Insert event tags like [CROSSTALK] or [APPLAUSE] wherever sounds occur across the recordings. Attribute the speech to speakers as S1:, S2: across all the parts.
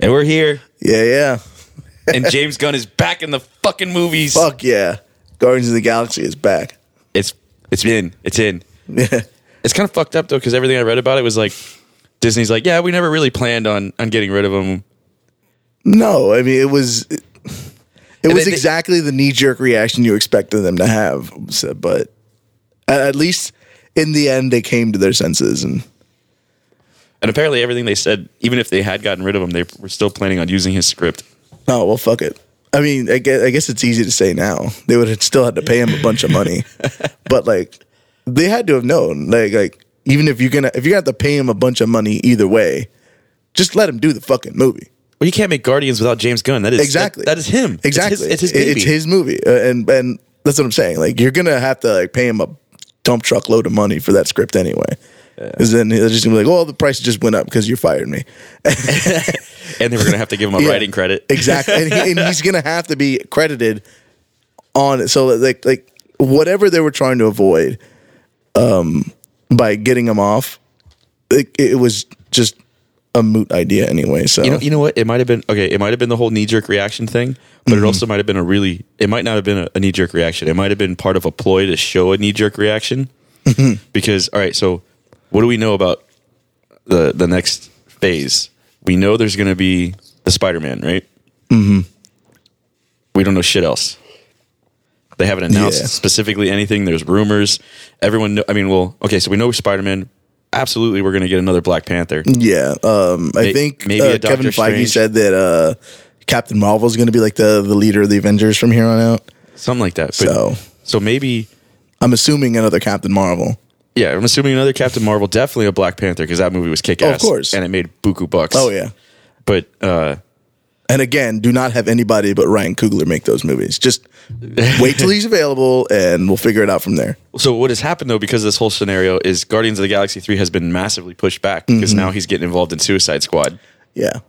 S1: We're here,
S2: Yeah, yeah.
S1: and James Gunn is back in the fucking movies.
S2: Fuck yeah. Guardians of the Galaxy is back. [LAUGHS]
S1: It's it's in. It's in.
S2: Yeah.
S1: It's kind of fucked up though, because everything I read about it was like Disney's like, yeah, we never really planned on on getting rid of him.
S2: No, I mean it was it, was
S1: they-
S2: exactly the knee jerk reaction you expected them to have. So, but at, at least in the end, they came to their senses and
S1: And apparently, everything they said, even if they had gotten rid of him, they were still planning on using his script.
S2: oh well, fuck it. I mean, I guess, I guess it's easy to say now. They would have still had to pay him a bunch of
S1: [LAUGHS]
S2: money, but like they had to have known. Like like even if you're gonna if you're gonna have to pay him a bunch of money either way, just let him do the fucking movie.
S1: Well, you can't make Guardians without James Gunn. That is
S2: exactly
S1: that- that is him. It's his-
S2: exactly
S1: It's his,
S2: It-
S1: baby.
S2: it's his movie Uh, and and that's what i'm saying like you're gonna have to like pay him a dump truck load of money for that script anyway because then they're just gonna be like well the price just went up because you fired me
S1: and they were gonna have to give him a
S2: [LAUGHS] Yeah.
S1: writing credit.
S2: exactly and, he, and he's gonna have to be credited on it so like like whatever they were trying to avoid um by getting him off it, it was just a moot idea anyway so
S1: You know, you know what? It might have been okay. It might have been the whole knee jerk reaction thing, but
S2: Mm-hmm.
S1: it also might have been a really. It might not have been a, a knee jerk reaction. It might have been part of a ploy to show a knee jerk reaction.
S2: Mm-hmm.
S1: because all right, so what do we know about the the next phase? We know there's going to be the Spider Man, right? Mm-hmm. We don't know shit else. They haven't announced
S2: Yeah.
S1: specifically anything. There's rumors. Everyone, know, I mean, well, okay, so we know Spider Man. Absolutely, we're going to get another Black Panther.
S2: Yeah, um, I
S1: May-
S2: think
S1: maybe
S2: uh,
S1: a Doctor
S2: Kevin Feige
S1: Strange.
S2: said that uh, Captain Marvel is going to be like the the leader of the Avengers from here on out.
S1: something like that. But,
S2: So-
S1: so maybe,
S2: I'm assuming another Captain Marvel.
S1: yeah, I'm assuming another Captain Marvel, definitely a Black Panther because that movie was kick ass,
S2: of course.
S1: and it made buku bucks.
S2: Oh yeah,
S1: but uh,
S2: and again, do not have anybody but Ryan Coogler make those
S1: [LAUGHS]
S2: movies. Just wait till he's available, and we'll figure it out from there.
S1: so what has happened though because of this whole scenario is Guardians of the Galaxy three has been massively pushed back because
S2: Mm-hmm.
S1: now he's getting involved in Suicide Squad.
S2: Yeah,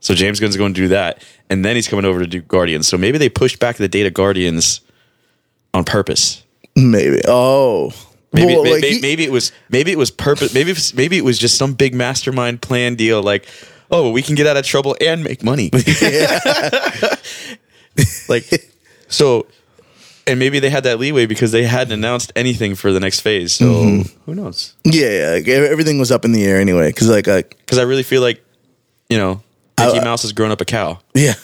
S1: So James Gunn's going to do that, and then he's coming over to do Guardians. So maybe they pushed back the date of Guardians on purpose.
S2: maybe. Oh,
S1: Maybe,
S2: Well,
S1: may-
S2: like,
S1: may-
S2: he-
S1: maybe it was maybe it was purpose. Maybe it was- maybe it was just some big mastermind plan deal. Like, oh, we can get out of trouble and make
S2: [LAUGHS]
S1: money. [LAUGHS] like, so, and maybe they had that leeway because they hadn't announced anything for the next phase. So
S2: Mm-hmm.
S1: who knows?
S2: yeah, yeah. Like, e-, everything was up in the air anyway. Because like, uh,
S1: Because I really feel like you know Mickey Mouse has grown up a cow.
S2: yeah.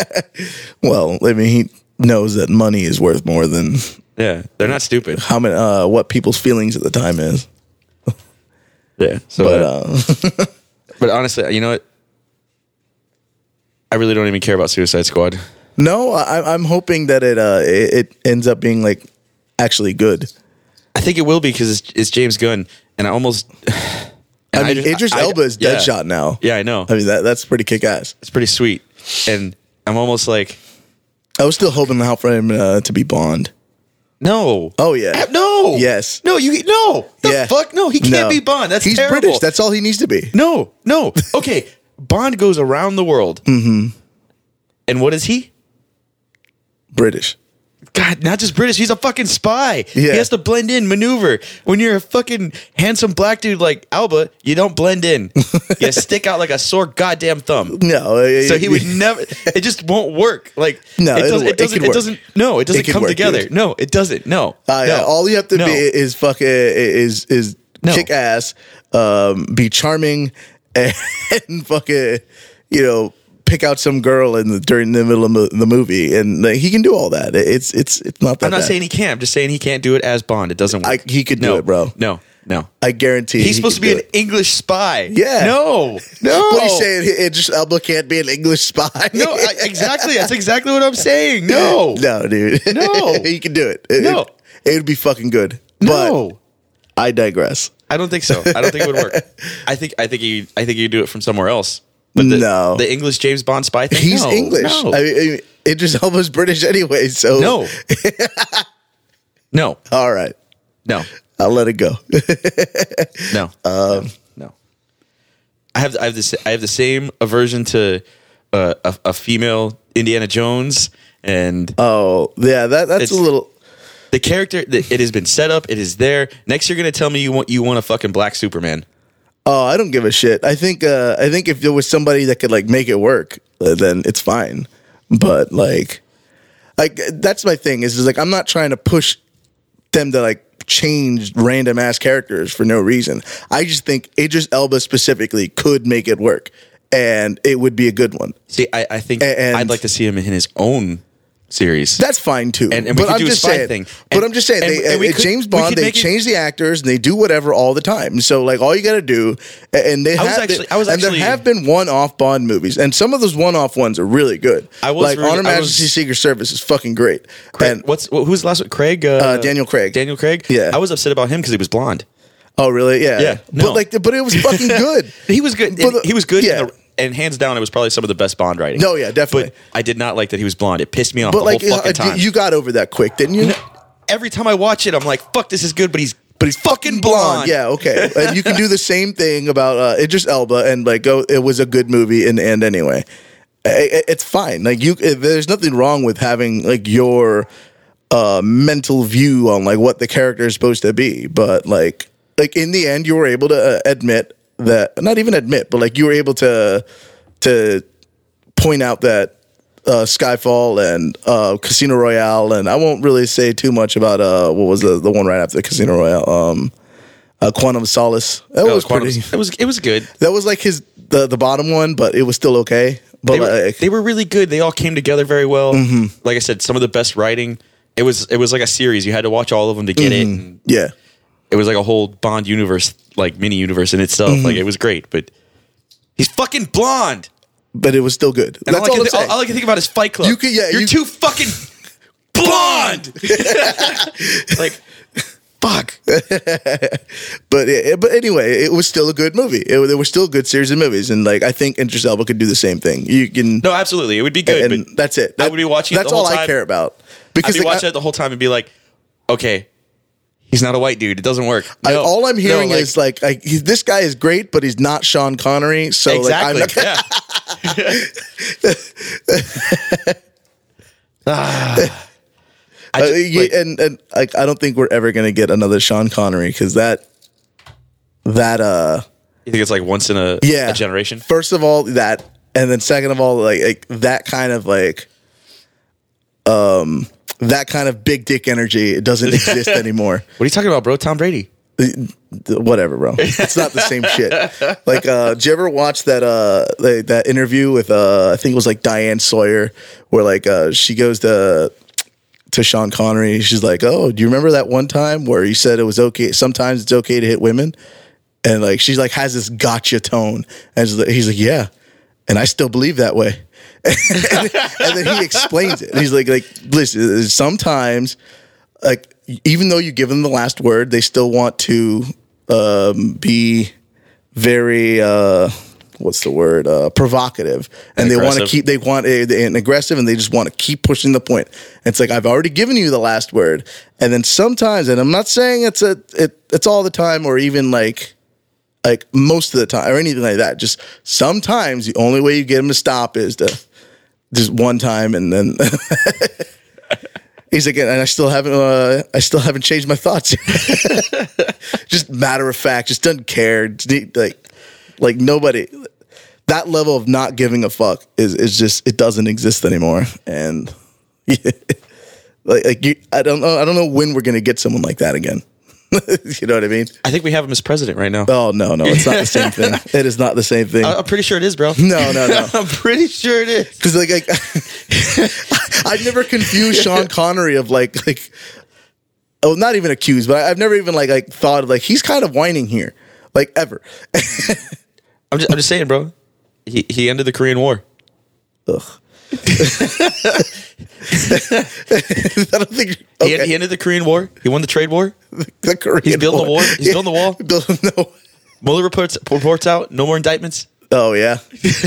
S2: [LAUGHS] well, I mean, he knows that money is worth more than
S1: Yeah, they're not stupid.
S2: how many uh, what people's feelings at the time is.
S1: Yeah. So,
S2: But
S1: but, um,
S2: uh,
S1: but honestly, you know what? I really don't even care about Suicide Squad.
S2: No, I, I'm hoping that it uh it, it ends up being like actually good.
S1: I think it will be because it's, it's James Gunn, and I almost. [SIGHS]
S2: I
S1: and
S2: mean,
S1: just-
S2: Idris
S1: I-
S2: Elba is
S1: yeah.
S2: Deadshot now.
S1: Yeah, I know.
S2: I mean that that's pretty kick ass.
S1: It's pretty sweet, and I'm almost like,
S2: I was still hoping now for him uh, to be Bond.
S1: no,
S2: Oh yeah,
S1: Ah, no,
S2: Yes.
S1: no, you no, the
S2: yeah.
S1: fuck, no, he can't
S2: No.
S1: be Bond. That's
S2: he's
S1: terrible.
S2: British. That's all he needs to be.
S1: no, no.
S2: [LAUGHS]
S1: Okay, Bond goes around the world, mm-hmm. and what is he?
S2: British.
S1: God, not just British. He's a fucking spy. He
S2: Yeah.
S1: has to blend in, maneuver. When you're a fucking handsome black dude like Alba, you don't blend
S2: [LAUGHS]
S1: in. you stick out like a sore goddamn thumb.
S2: No, uh,
S1: So he
S2: [LAUGHS]
S1: would never. It just won't work. Like
S2: No,
S1: it
S2: it'll
S1: doesn't.
S2: work.
S1: It
S2: It
S1: doesn't.
S2: could
S1: It,
S2: work.
S1: doesn't. No, it doesn't
S2: could
S1: come
S2: work,
S1: together.
S2: dude.
S1: No, it doesn't. No.
S2: Uh, yeah,
S1: No.
S2: all you have to
S1: No.
S2: be is fuck uh, is is
S1: No.
S2: kick ass, um, be charming, [LAUGHS] and, fucking you know pick out some girl in the, during the middle of mo- the movie, and like, he can do all that. It's it's it's not that.
S1: I'm not
S2: bad.
S1: saying he can't. I'm just saying he can't do it as Bond. It doesn't work.
S2: I- he could do
S1: no.
S2: it, bro.
S1: No. No.
S2: I guarantee
S1: He's
S2: he
S1: supposed to
S2: can
S1: be
S2: do
S1: an
S2: it.
S1: English spy.
S2: Yeah.
S1: No. No.
S2: What are you saying? It just Elba can't be an English spy.
S1: No. I,
S2: [LAUGHS]
S1: exactly. That's exactly what I'm saying. No.
S2: no, dude,
S1: No.
S2: [LAUGHS] he can do it. It-
S1: No.
S2: it would be fucking good.
S1: No.
S2: but I digress.
S1: I don't think so. I don't think it would work.
S2: [LAUGHS]
S1: I think. I think he. I think he'd do it from somewhere else. But the,
S2: No.
S1: The English James Bond spy thing.
S2: He's
S1: No.
S2: English.
S1: No.
S2: I mean, I mean, Idris Elba's British anyway, so
S1: no. no.
S2: All right.
S1: No.
S2: I'll
S1: [LAUGHS]
S2: let it go.
S1: No.
S2: Um,
S1: no. No. I have I have this I have the same aversion to uh, a, a female Indiana Jones and
S2: oh, yeah, that that's
S1: It's-
S2: a little
S1: the character that it has been set up. It is there. Next, you're gonna tell me you want you want a fucking black Superman.
S2: Oh, I don't give a shit. I think uh, I think if there was somebody that could like make it work, uh, then it's fine. But like, like that's my thing. Is is like I'm not trying to push them to like change random ass characters for no reason. I just think Idris Elba specifically could make it work, and it would be a good one.
S1: See, I, I think
S2: A- and-
S1: I'd like to see him in his own series.
S2: That's fine too.
S1: And- and we
S2: but
S1: could
S2: I'm
S1: do a
S2: just
S1: spy
S2: saying.
S1: thing.
S2: But
S1: And-
S2: I'm just saying,
S1: and-
S2: they,
S1: and we
S2: uh,
S1: could-
S2: James
S1: we
S2: Bond,
S1: could
S2: they
S1: make it-
S2: change the actors and they do whatever all the time. So like, all you got to do, a- and they
S1: I was
S2: have,
S1: actually- I was
S2: and there
S1: actually-
S2: have been one-off Bond movies, and some of those one-off ones are really good.
S1: I was
S2: like
S1: really-
S2: Honor
S1: I was-
S2: Majesty's Secret Service is fucking great.
S1: Craig,
S2: And
S1: what's who's the last one? Craig? Uh,
S2: Uh, Daniel Craig.
S1: Daniel Craig.
S2: Yeah.
S1: I was upset about him because he was blonde.
S2: oh really? Yeah.
S1: Yeah, no.
S2: But like, but it
S1: [LAUGHS]
S2: was fucking good.
S1: He was good.
S2: But the-
S1: he was good.
S2: yeah.
S1: In the, and hands down, it was probably some of the best Bond writing.
S2: No, yeah, definitely.
S1: But I did not like that he was blonde. It pissed me off
S2: But
S1: the
S2: like,
S1: whole fucking
S2: uh,
S1: time.
S2: you got over that quick, didn't you?
S1: Every time I watch it, I'm like, "Fuck, this is good," but he's
S2: but he's
S1: fucking blonde.
S2: Yeah, okay. and you can do the same thing about uh, Idris Elba and like go. It was a good movie in the end anyway. I- I- It's fine. Like you, there's nothing wrong with having like your uh, mental view on like what the character is supposed to be. But like, like in the end, you were able to uh, admit that, not even admit, but like you were able to to point out that uh, Skyfall and uh, Casino Royale, and I won't really say too much about uh, what was the the one right after Casino Royale, um, uh, Quantum Solace. That
S1: Oh,
S2: was
S1: Quantum-
S2: pretty.
S1: It was it was good.
S2: That was like his the the bottom one, but it was still okay. But
S1: They were,
S2: like, Mm-hmm.
S1: they were really good. They all came together very well. Like I said, some of the best writing. It was it was like a series. You had to watch all of them to get it. And
S2: yeah,
S1: it was like a whole Bond universe, like mini universe in itself.
S2: Mm-hmm.
S1: Like it was great, but he's fucking blonde.
S2: but it was still good.
S1: And
S2: That's
S1: all, I
S2: all
S1: can
S2: I'm
S1: thi-
S2: saying.
S1: all I can think about is Fight Club.
S2: You can- yeah,
S1: you're
S2: you-
S1: too
S2: [LAUGHS]
S1: fucking blonde. [LAUGHS] like, fuck.
S2: but yeah, but anyway, it was still a good movie. It, there were still a good series of movies, and like I think Idris Elba could do the same thing. You can
S1: No, absolutely, it would be good.
S2: and
S1: but
S2: that's it.
S1: I would be watching it
S2: That's
S1: the whole
S2: all I
S1: time.
S2: care about
S1: I'd
S2: because
S1: be
S2: like, I-
S1: watching it the whole time and be like, okay, he's not a white dude. It doesn't work.
S2: I-
S1: No,
S2: all I'm
S1: no,
S2: hearing
S1: like-
S2: is like, like he, this guy is great, but he's not Sean Connery. So
S1: exactly.
S2: like, I'm [LAUGHS] not,
S1: yeah. Ah. I
S2: Uh,
S1: ju-
S2: yeah,
S1: like,
S2: and and like I don't think we're ever gonna get another Sean Connery because that that uh
S1: you think it's like once in a,
S2: yeah
S1: a generation?
S2: First of all, that, and then second of all, like, like that kind of like um that kind of big dick energy it doesn't
S1: [LAUGHS]
S2: exist anymore.
S1: What are you talking about, bro? Tom Brady.
S2: whatever, bro. It's not the same shit. Like, uh, did you ever watch that uh like, that interview with uh I think it was like Diane Sawyer where like uh she goes to to Sean Connery. She's like, "Oh, do you remember that one time where you said it was okay? Sometimes it's okay to hit women." And like she's like has this gotcha tone, and she's like- he's like, "Yeah," and I still believe that way. [LAUGHS] and, then he explains it. And he's like, "Like listen, sometimes." like even though you give them the last word, they still want to um, be very uh, what's the word uh, provocative, and,
S1: And
S2: they want to
S1: aggressive.
S2: keep they want uh, and aggressive, and they just want to keep pushing the point. And it's like I've already given you the last word, and then sometimes, and I'm not saying it's a it, it's all the time or even like like most of the time or anything like that. Just sometimes the only way you get them to stop is to just one time and then [LAUGHS] he's like and I still haven't uh, I still haven't changed my thoughts. [LAUGHS] just matter of fact, just doesn't care. Just, Like like nobody that level of not giving a fuck is is just it doesn't exist anymore. And [LAUGHS] like like you I don't know I don't know when we're gonna get someone like that again. [LAUGHS] you know what I mean?
S1: I think we have him as president right now.
S2: Oh no, no, it's not the same thing. It is not the same thing.
S1: I- I'm pretty sure it is, bro.
S2: [LAUGHS] No, no, no.
S1: I'm pretty sure it is.
S2: Because like, [LAUGHS] like I never confused Sean Connery of like like oh not even accused, but I, I've never even like like thought of like he's kind of whining here, like ever.
S1: I'm just, I'm just saying, bro. He he ended the Korean War.
S2: Ugh. [LAUGHS] I don't think
S1: He,
S2: okay,
S1: en- he ended the Korean War. He won the trade war.
S2: [LAUGHS] the Korean
S1: he's building a
S2: War.
S1: wall. He's building a wall.
S2: [LAUGHS] Building the wall.
S1: Mueller reports reports out. No more indictments.
S2: Oh yeah.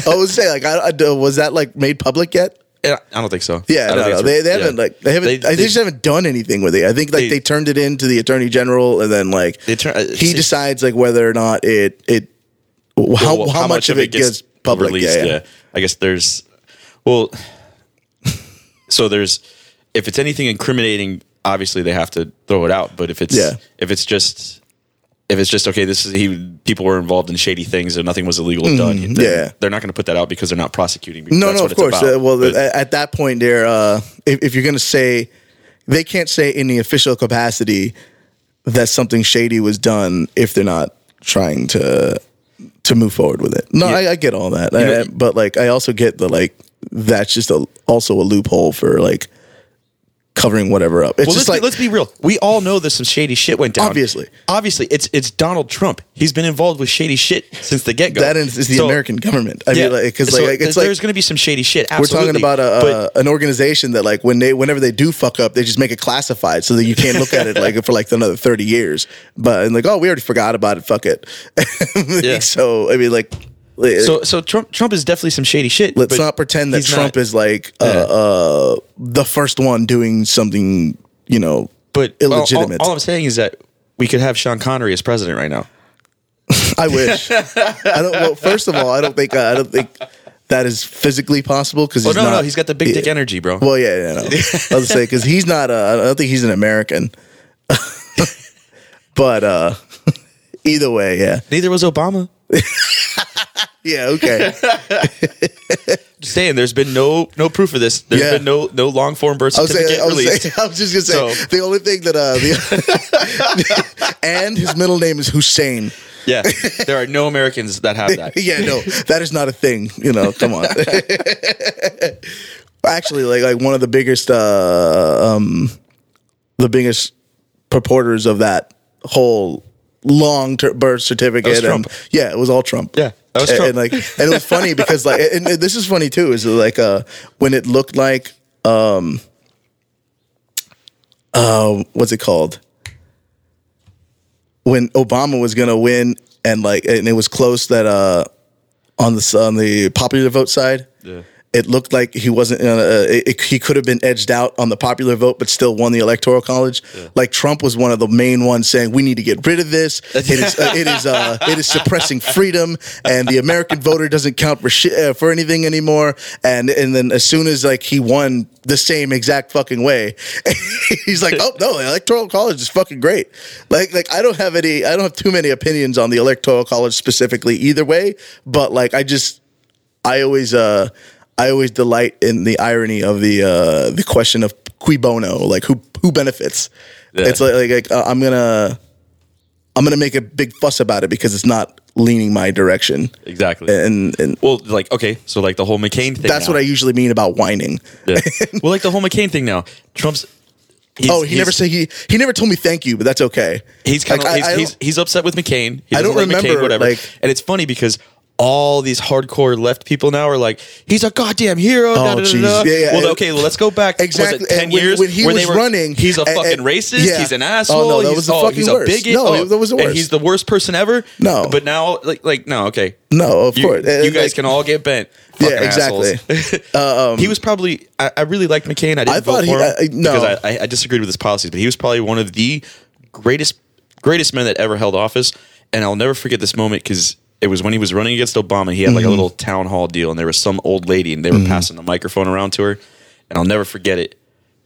S2: I was saying like I, I- was that like made public yet?
S1: And I- I don't think so. I
S2: Yeah,
S1: don't
S2: no,
S1: think
S2: no.
S1: it's-
S2: They, they
S1: yeah.
S2: haven't like they haven't. I
S1: they-
S2: just haven't done anything with it. I think like they,
S1: They-
S2: turned it in to the attorney general, and then like
S1: They turn- uh,
S2: he
S1: see-
S2: decides like whether or not it it how
S1: Well,
S2: how, much of it gets, public.
S1: released,
S2: yeah, yeah.
S1: I guess there's well [LAUGHS] so there's if it's anything incriminating, obviously they have to throw it out. But if it's
S2: Yeah.
S1: if it's just if it's just okay, this is he people were involved in shady things and nothing was illegal done. they're-
S2: Mm-hmm. yeah.
S1: they're not going to put that out because they're not prosecuting. because
S2: No,
S1: that's
S2: no,
S1: what
S2: of
S1: it's
S2: course.
S1: about.
S2: Uh, well,
S1: But-
S2: at, at that point, there, uh, if, if you're going to say, they can't say in the official capacity that something shady was done if they're not trying to to move forward with it. No, I, I get all that, I- I- but like, I also get the like that's just a, also a loophole for like covering whatever up. It's
S1: Well, let's,
S2: just like
S1: be, let's be real. We all know that some shady shit went down.
S2: Obviously.
S1: obviously, it's it's Donald Trump. He's been involved with shady shit since the get go.
S2: that is, is the American government. I mean, like, because
S1: so
S2: like, it's
S1: there's
S2: like
S1: going to be some shady shit.
S2: We're talking
S1: absolutely.
S2: about uh,
S1: But-
S2: a, a an organization that like when they whenever they do fuck up, they just make it classified so that you can't look at it like for like another thirty years. But and like oh, we already forgot about it. Fuck it. [LAUGHS]
S1: Yeah.
S2: So I mean like.
S1: So so Trump Trump is definitely some shady shit.
S2: Let's
S1: but
S2: not pretend that
S1: he's
S2: Trump
S1: not-
S2: is like uh, uh, the first one doing something, you know.
S1: but all- all-
S2: illegitimate.
S1: all I'm saying is that we could have Sean Connery as president right now. [LAUGHS]
S2: I wish. I don't. Well, first of all, I don't think I don't think that is physically possible because
S1: Oh no, no, he's got the big dick energy, bro.
S2: Well, yeah, yeah, no. I was gonna say because he's not. Uh, I don't think he's an American. [LAUGHS] but uh, either way, yeah,
S1: Neither was Obama.
S2: yeah, okay,
S1: Just saying, there's been no no proof of this. There's
S2: Yeah.
S1: been no no long form birth [LAUGHS]
S2: I was,
S1: certificate
S2: saying, I, was
S1: released.
S2: saying- [LAUGHS] I was just gonna say
S1: So-
S2: the only thing that uh, the, [LAUGHS] and his middle name is Hussein.
S1: yeah, there are no Americans that have
S2: [LAUGHS]
S1: that.
S2: yeah, no, that is not a thing. You know, come on. [LAUGHS] Actually, like like one of the biggest, uh, um, the biggest purporters of that whole long ter- birth certificate.
S1: was
S2: and-
S1: Trump.
S2: yeah, it was all Trump.
S1: Yeah, that was
S2: And-
S1: Trump.
S2: And, like, and it was
S1: [LAUGHS]
S2: funny because like, and, and this is funny too. Is like uh, when it looked like, um, uh, what's it called? when Obama was gonna win and like and it was close that uh on the s- on the popular vote side,
S1: Yeah.
S2: it looked like he wasn't. Uh, it, it, he could have been edged out on the popular vote, but still won the electoral college. Like Trump was one of the main ones saying we need to get rid of this. It is uh, it is uh, it is suppressing freedom, and the American voter doesn't count for shit, uh, for anything anymore. And and then as soon as like he won the same exact fucking way, [LAUGHS] he's like, oh no, the electoral college is fucking great. Like like I don't have any, I don't have too many opinions on the electoral college specifically either way, but like I just. I always uh I always delight in the irony of the uh the question of qui bono, like who who benefits.
S1: Yeah.
S2: It's like like, like uh, I'm gonna I'm gonna make a big fuss about it because it's not leaning my direction,
S1: Exactly.
S2: and and
S1: Well, like okay, so like the whole McCain thing.
S2: that's
S1: now.
S2: what I usually mean about whining. [LAUGHS]
S1: Yeah. well, like the whole McCain thing now. Trump's. he's-
S2: oh, he
S1: he's-
S2: never said he he never told me thank you, but that's okay.
S1: He's kind of
S2: Like, I- I
S1: he's,
S2: don't-
S1: he's, he's upset with McCain. He
S2: I don't
S1: doesn't like
S2: remember,
S1: McCain, whatever.
S2: like-
S1: and it's funny because all these hardcore left people now are like, he's a goddamn hero. da, da, da,
S2: Oh, jeez.
S1: da.
S2: Yeah, yeah.
S1: Well, okay, well, let's go back. was it
S2: Exactly.
S1: ten
S2: And when-
S1: years
S2: when he
S1: where they
S2: was
S1: were-
S2: running,
S1: He's a
S2: and-
S1: fucking
S2: and-
S1: racist.
S2: yeah.
S1: He's an
S2: Oh, no,
S1: asshole.
S2: that
S1: he's,
S2: was the
S1: oh, he's
S2: fucking
S1: a
S2: worst.
S1: bigot.
S2: No,
S1: oh,
S2: that was the
S1: And he's
S2: worst.
S1: the worst person ever.
S2: No.
S1: but now, like, like no, okay,
S2: No, of
S1: you,
S2: course. And-
S1: you
S2: and,
S1: guys
S2: like-
S1: can all get bent.
S2: Yeah,
S1: Fucking
S2: exactly.
S1: [LAUGHS]
S2: Uh, um,
S1: assholes. he was probably. I, I really liked McCain. I didn't
S2: I
S1: vote
S2: thought he-
S1: for him
S2: I- I- no.
S1: because I, I, I disagreed with his policies, but he was probably one of the greatest greatest men that ever held office. And I'll never forget this moment because it was when he was running against Obama. He had
S2: Mm-hmm.
S1: like a little town hall deal, and there was some old lady, and they were passing the microphone around to her. And I'll never forget it.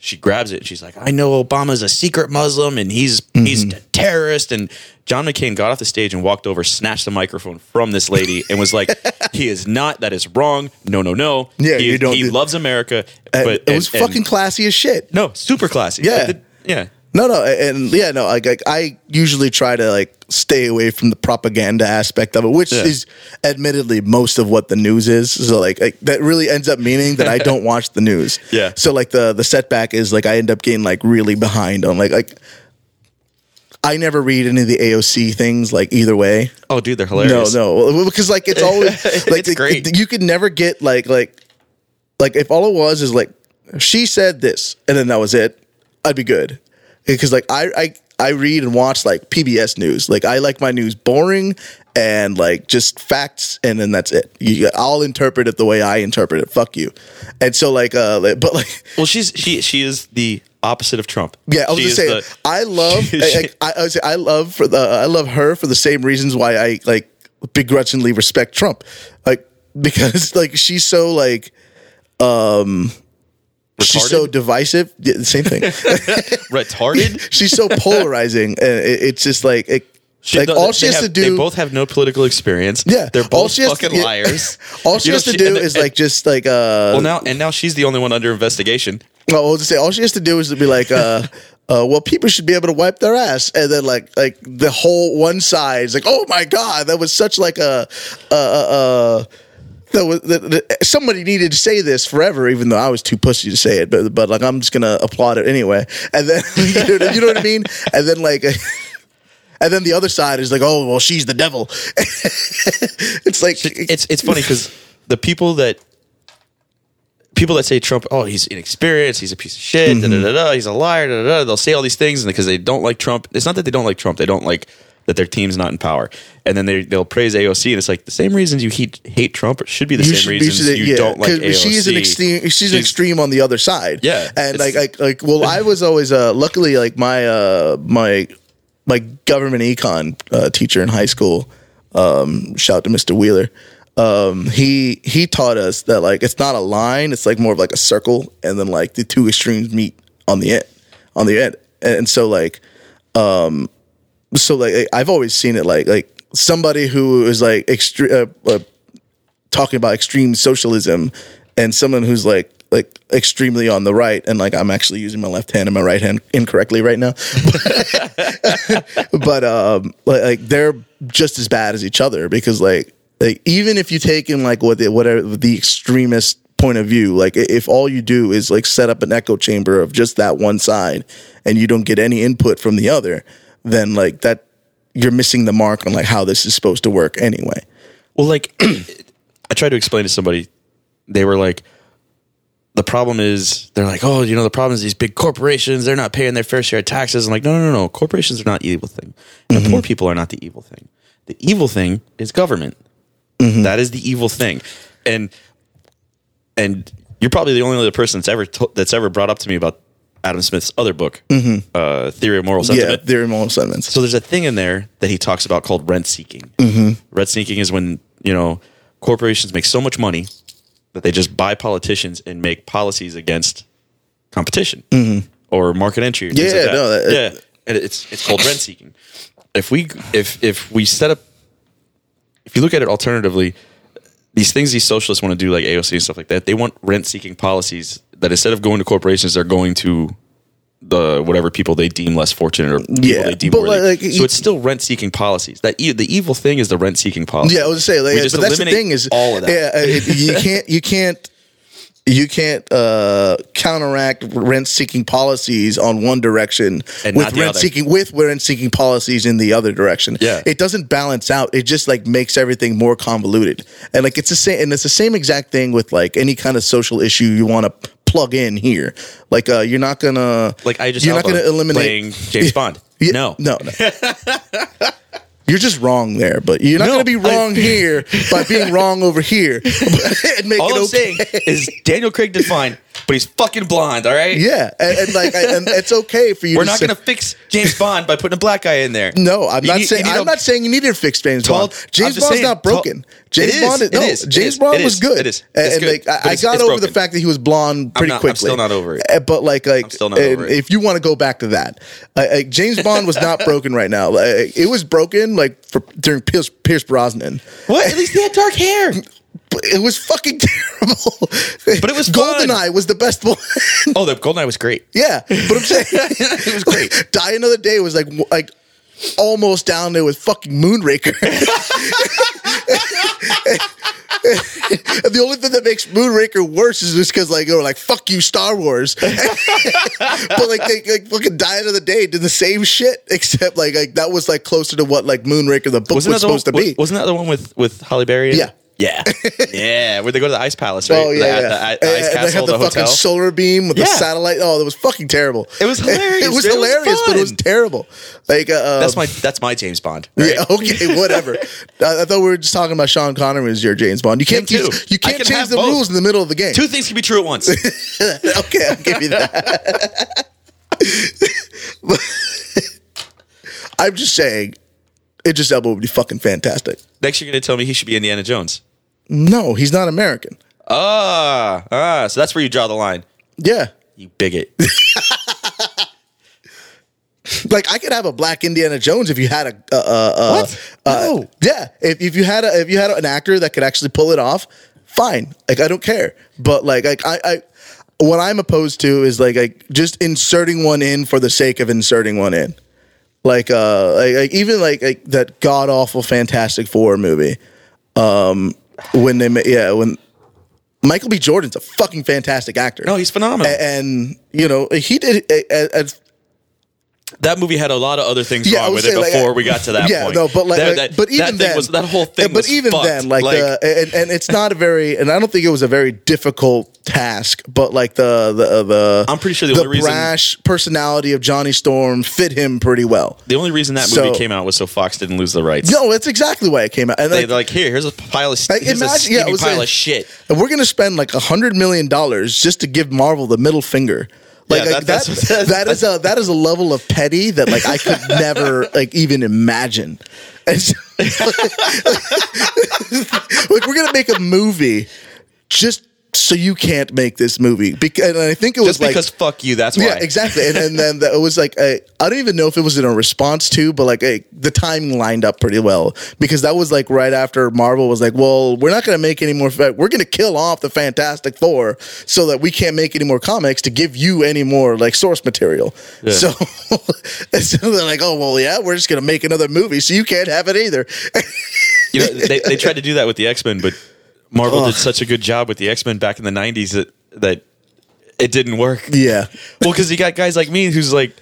S1: She grabs it and she's like, "I know Obama's a secret Muslim and he's he's
S2: Mm-hmm.
S1: a terrorist." And John McCain got off the stage and walked over, snatched the microphone from this lady, and
S2: [LAUGHS]
S1: was like, "He is not. That is wrong. No, no, no.
S2: Yeah,
S1: he,
S2: you don't
S1: he
S2: do-
S1: loves America."
S2: and
S1: But
S2: it was
S1: and- and-
S2: fucking classy as shit.
S1: no, super classy.
S2: Yeah.
S1: I did- yeah.
S2: No, no, and yeah, no. Like, like I usually try to like stay away from the propaganda aspect of it, which
S1: Yeah.
S2: is admittedly most of what the news is. So like, like that really ends up meaning
S1: [LAUGHS]
S2: that I don't watch the news.
S1: Yeah.
S2: So like the the setback is like I end up getting like really behind on like like I never read any of the AOC things like either way.
S1: Oh, dude, they're hilarious.
S2: No, no, Well, because like
S1: [LAUGHS]
S2: it's always like
S1: It's
S2: it-
S1: great.
S2: it- you could never get like like like if all it was is like she said this and then that was it, I'd be good because like I I I read and watch like PBS news. Like I like my news boring and like just facts and then that's it. You, I'll interpret it the way I interpret it. Fuck you. And so like uh like- but like
S1: Well, she's she she is the opposite of Trump.
S2: yeah, I was
S1: She
S2: just saying.
S1: is the-
S2: I
S1: [LAUGHS]
S2: love.
S1: She-
S2: like, I, I, would say I love for the. I love her for the same reasons why I like begrudgingly respect Trump, like [LAUGHS] because like she's so like she's so
S1: Retarded?
S2: divisive.
S1: [LAUGHS]
S2: Yeah, same thing. [LAUGHS]
S1: retarded.
S2: she's so polarizing, and it, it's just like it,
S1: She,
S2: Like,
S1: no,
S2: all
S1: they-
S2: she
S1: they
S2: has
S1: have-
S2: to do-
S1: They both have no political experience.
S2: Yeah,
S1: they're
S2: all
S1: both
S2: she has to-
S1: fucking
S2: yeah.
S1: liars.
S2: All she
S1: You know,
S2: has to
S1: she-
S2: do
S1: and-
S2: is
S1: and-
S2: like just like [LAUGHS] uh
S1: Well, now and now she's the only one under investigation.
S2: No, I'll just say all she has to do is to be like, uh, uh, well, people should be able to wipe their ass, and then like like the whole one side is like, oh my god, that was such like a, uh, uh, uh, that was that, that- somebody needed to say this forever, even though I was too pussy to say it, but but like I'm just gonna applaud it anyway, and then [LAUGHS] you know, you know what I mean, and then like. [LAUGHS] And then the other side is like, oh well, she's the devil. [LAUGHS] it's like
S1: It's it's funny because the people that people that say Trump, oh, he's inexperienced, he's a piece of shit, da,
S2: Mm-hmm.
S1: da, da, da, he's a liar, da, da, da, they'll say all these things because they don't like Trump. It's not that they don't like Trump; they don't like that their team's not in power. And then they they'll praise AOC, and it's like the same reasons you hate, hate Trump should be the
S2: You
S1: same
S2: should be-
S1: reasons
S2: should-
S1: you
S2: yeah,
S1: don't like
S2: 'cause
S1: AOC.
S2: She's an extreme. She's, an extreme on the other side.
S1: Yeah,
S2: and
S1: it's-
S2: like, like, like. Well, I was always uh, luckily like my uh, my my government econ uh, teacher in high school. Um, shout to Mr. Wheeler. Um, he he taught us that like it's not a line. It's like more of like a circle, and then like the two extremes meet on the end. On the end, and, and so like um, so like I've always seen it like like somebody who is like extreme uh, uh, talking about extreme socialism and someone who's like like extremely on the right and like I'm actually using my left hand and my right hand incorrectly right now [LAUGHS] but um like, like they're just as bad as each other because like like even if you take in like what the, whatever the extremist point of view like i- if all you do is like set up an echo chamber of just that one side and you don't get any input from the other then like that you're missing the mark on like how this is supposed to work anyway
S1: Well, like [CLEARS THROAT] I tried to explain to somebody, they were like, the problem is they're like, oh, you know, the problem is these big corporations, they're not paying their fair share of taxes. I'm like, no, no, no, no. Corporations are not the evil thing. And the poor people are not the evil thing. The evil thing is government. That is the evil thing. And and you're probably the only other person that's ever to- that's ever brought up to me about Adam Smith's other book, uh, Theory of Moral
S2: yeah
S1: Sentiment.
S2: they're immoral sentiments
S1: So there's a thing in there that he talks about called rent seeking.
S2: Mm-hmm.
S1: Rent seeking is when you know corporations make so much money that they just buy politicians and make policies against competition or market entry. Or things
S2: Mm-hmm. Yeah,
S1: like that.
S2: no, that-
S1: yeah, and it's it's called rent seeking. If we if if we set up, if you look at it alternatively, these things these socialists want to do, like AOC and stuff like that, they want rent seeking policies that instead of going to corporations, they're going to the whatever people they deem less fortunate or people
S2: Yeah,
S1: they deem
S2: but
S1: worthy.
S2: like-
S1: so it's still rent seeking policies. That e- the evil thing is the rent seeking policy.
S2: Yeah, I was gonna say, like,
S1: We just
S2: but that's the
S1: eliminate
S2: thing is
S1: all of that.
S2: Yeah, uh,
S1: [LAUGHS]
S2: it- you can't, you can't, you can't uh, counteract rent-seeking policies on one direction
S1: And not
S2: with
S1: the other.
S2: rent-seeking with rent-seeking policies in the other direction.
S1: Yeah.
S2: it doesn't balance out. It just like makes everything more convoluted. And like it's the same, and it's the same exact thing with like any kind of social issue you want to plug in here. Like uh, you're not gonna
S1: Like I just
S2: you're not gonna eliminate
S1: playing
S2: [LAUGHS]
S1: James Bond.
S2: yeah,
S1: no,
S2: no, no. [LAUGHS] You're just wrong there, but you're not
S1: No,
S2: going to be
S1: I- [LAUGHS]
S2: wrong here by being wrong over here. [LAUGHS] and make
S1: All
S2: it
S1: I'm
S2: okay.
S1: saying is Daniel Craig did fine, but he's fucking blonde. All right.
S2: yeah, and, and like, I, and it's okay for you.
S1: We're
S2: to
S1: not
S2: say-
S1: going to fix James Bond by putting a black guy in there.
S2: No, I'm
S1: You
S2: not
S1: need-
S2: saying.
S1: you need
S2: I'm
S1: a-
S2: not saying you need to fix James
S1: Tall-
S2: Bond.
S1: I'm
S2: James
S1: just
S2: Bond's
S1: saying,
S2: not broken.
S1: tall-
S2: James
S1: It is,
S2: Bond is
S1: it
S2: no.
S1: is, it
S2: James
S1: is,
S2: Bond
S1: it
S2: was
S1: is,
S2: good.
S1: it is,
S2: And,
S1: it's
S2: and,
S1: good,
S2: like, I-
S1: but
S2: I,
S1: it's-
S2: got
S1: it's
S2: over the
S1: broken.
S2: fact that he was blonde pretty
S1: not- I'm
S2: quickly.
S1: still not over it.
S2: Uh, But like, like,
S1: still not
S2: and
S1: over it.
S2: if you want to go back to that, uh, like, James Bond was
S1: [LAUGHS]
S2: not broken right now. Like, it was broken like for, during Pierce, Pierce Brosnan.
S1: What? At least he had dark hair.
S2: But it was fucking [LAUGHS] terrible.
S1: But it was fun.
S2: Goldeneye was the best one. [LAUGHS]
S1: Oh, the Goldeneye was great. [LAUGHS]
S2: yeah, but I'm saying
S1: It was great.
S2: [LAUGHS] Die Another Day was like w- like almost down there with fucking Moonraker. [LAUGHS] And the only thing that makes Moonraker worse is just because like they were like fuck you Star Wars, [LAUGHS] but like they like fucking Die Another Day did the same shit except like like that was like closer to what like Moonraker the book was,
S1: Wasn't that the
S2: supposed
S1: one,
S2: to be.
S1: wa- Wasn't that the one with with Holly Berry? in
S2: Yeah.
S1: it?
S2: [LAUGHS]
S1: Yeah, yeah. Where they go to the ice palace, right?
S2: Oh yeah,
S1: the,
S2: yeah.
S1: The, the ice
S2: And they
S1: castle,
S2: had the,
S1: the,
S2: fucking
S1: hotel.
S2: solar beam with the
S1: Yeah.
S2: satellite. Oh, that was fucking terrible.
S1: It was hilarious.
S2: [LAUGHS] it was
S1: It was
S2: hilarious, but it was
S1: fun.
S2: terrible. Like uh,
S1: that's my that's my James Bond. right?
S2: yeah, [LAUGHS]
S1: [LAUGHS]
S2: okay, whatever. I, I thought we were just talking about Sean Connery as your James Bond. You can't
S1: Me too.
S2: keep- you
S1: I
S2: can't
S1: can
S2: change
S1: have
S2: the
S1: both.
S2: rules in the middle of the game.
S1: Two things can be true at once.
S2: [LAUGHS] okay, I'll give you that. [LAUGHS] I'm just saying, Idris Elba would be fucking fantastic.
S1: Next, you're going to tell me he should be Indiana Jones.
S2: No, he's not American.
S1: Ah, ah. So that's where you draw the line,
S2: Yeah.
S1: you bigot.
S2: Like I could have a black Indiana Jones if you had a uh, uh, uh,
S1: What?
S2: uh,
S1: No.
S2: yeah if, if you had a if you had an actor that could actually pull it off fine like I don't care but like like I, I what I'm opposed to is like like just inserting one in for the sake of inserting one in like uh like, like even like, like that god awful Fantastic Four movie um when they ma- yeah when Michael B Jordan's a fucking fantastic actor
S1: No, he's
S2: [LAUGHS]
S1: phenomenal.
S2: A- and you know he did a- a- a-
S1: that movie had a lot of other things
S2: eh. Yeah, I
S1: wrong
S2: would
S1: with it
S2: say, like,
S1: before
S2: I-
S1: we got to that
S2: [LAUGHS] yeah
S1: point.
S2: no but like,
S1: That-
S2: like-
S1: that-
S2: but even
S1: that thing
S2: then eh,
S1: was- that whole thing
S2: but
S1: was
S2: even
S1: fucked.
S2: then like, uh, the and, and it's not a very and I don't think it was a very difficult task but like the the the
S1: I'm pretty sure the
S2: the
S1: only reason-
S2: brash personality of Johnny Storm fit him pretty well
S1: the only reason that
S2: So-
S1: movie came out was so Fox didn't lose the rights.
S2: no that's exactly why it came out and
S1: They,
S2: like,
S1: they're like, here, here's a pile of,
S2: Like,
S1: here's
S2: imagine- yeah, I
S1: a steaming
S2: was
S1: pile
S2: saying-
S1: of shit.
S2: and we're gonna spend like a hundred million dollars just to give Marvel the middle finger.
S1: Yeah,
S2: Like, like,
S1: that- that's
S2: that,
S1: what- [LAUGHS] that's-
S2: that is a that is a level of petty that like
S1: [LAUGHS]
S2: I could never like even imagine. And so, [LAUGHS] like we're gonna make a movie just so you can't make this movie because and I think it was
S1: Just
S2: like
S1: because fuck you, that's why.
S2: yeah, exactly. And, and then that it was like I I don't even know if it was in a response to, but like eh, the timing lined up pretty well because that was like right after Marvel was like, well, we're not going to make any more. fa- We're going to kill off the Fantastic Four so that we can't make any more comics to give you any more like source material. So, [LAUGHS] and so they're like, oh well, yeah, we're just going to make another movie, so you can't have it either.
S1: You know, they, they tried to do that with the X Men, but Marvel did such a good job with the X Men back in the '90s that that it didn't work.
S2: [LAUGHS] yeah,
S1: Well, because you got guys like me who's like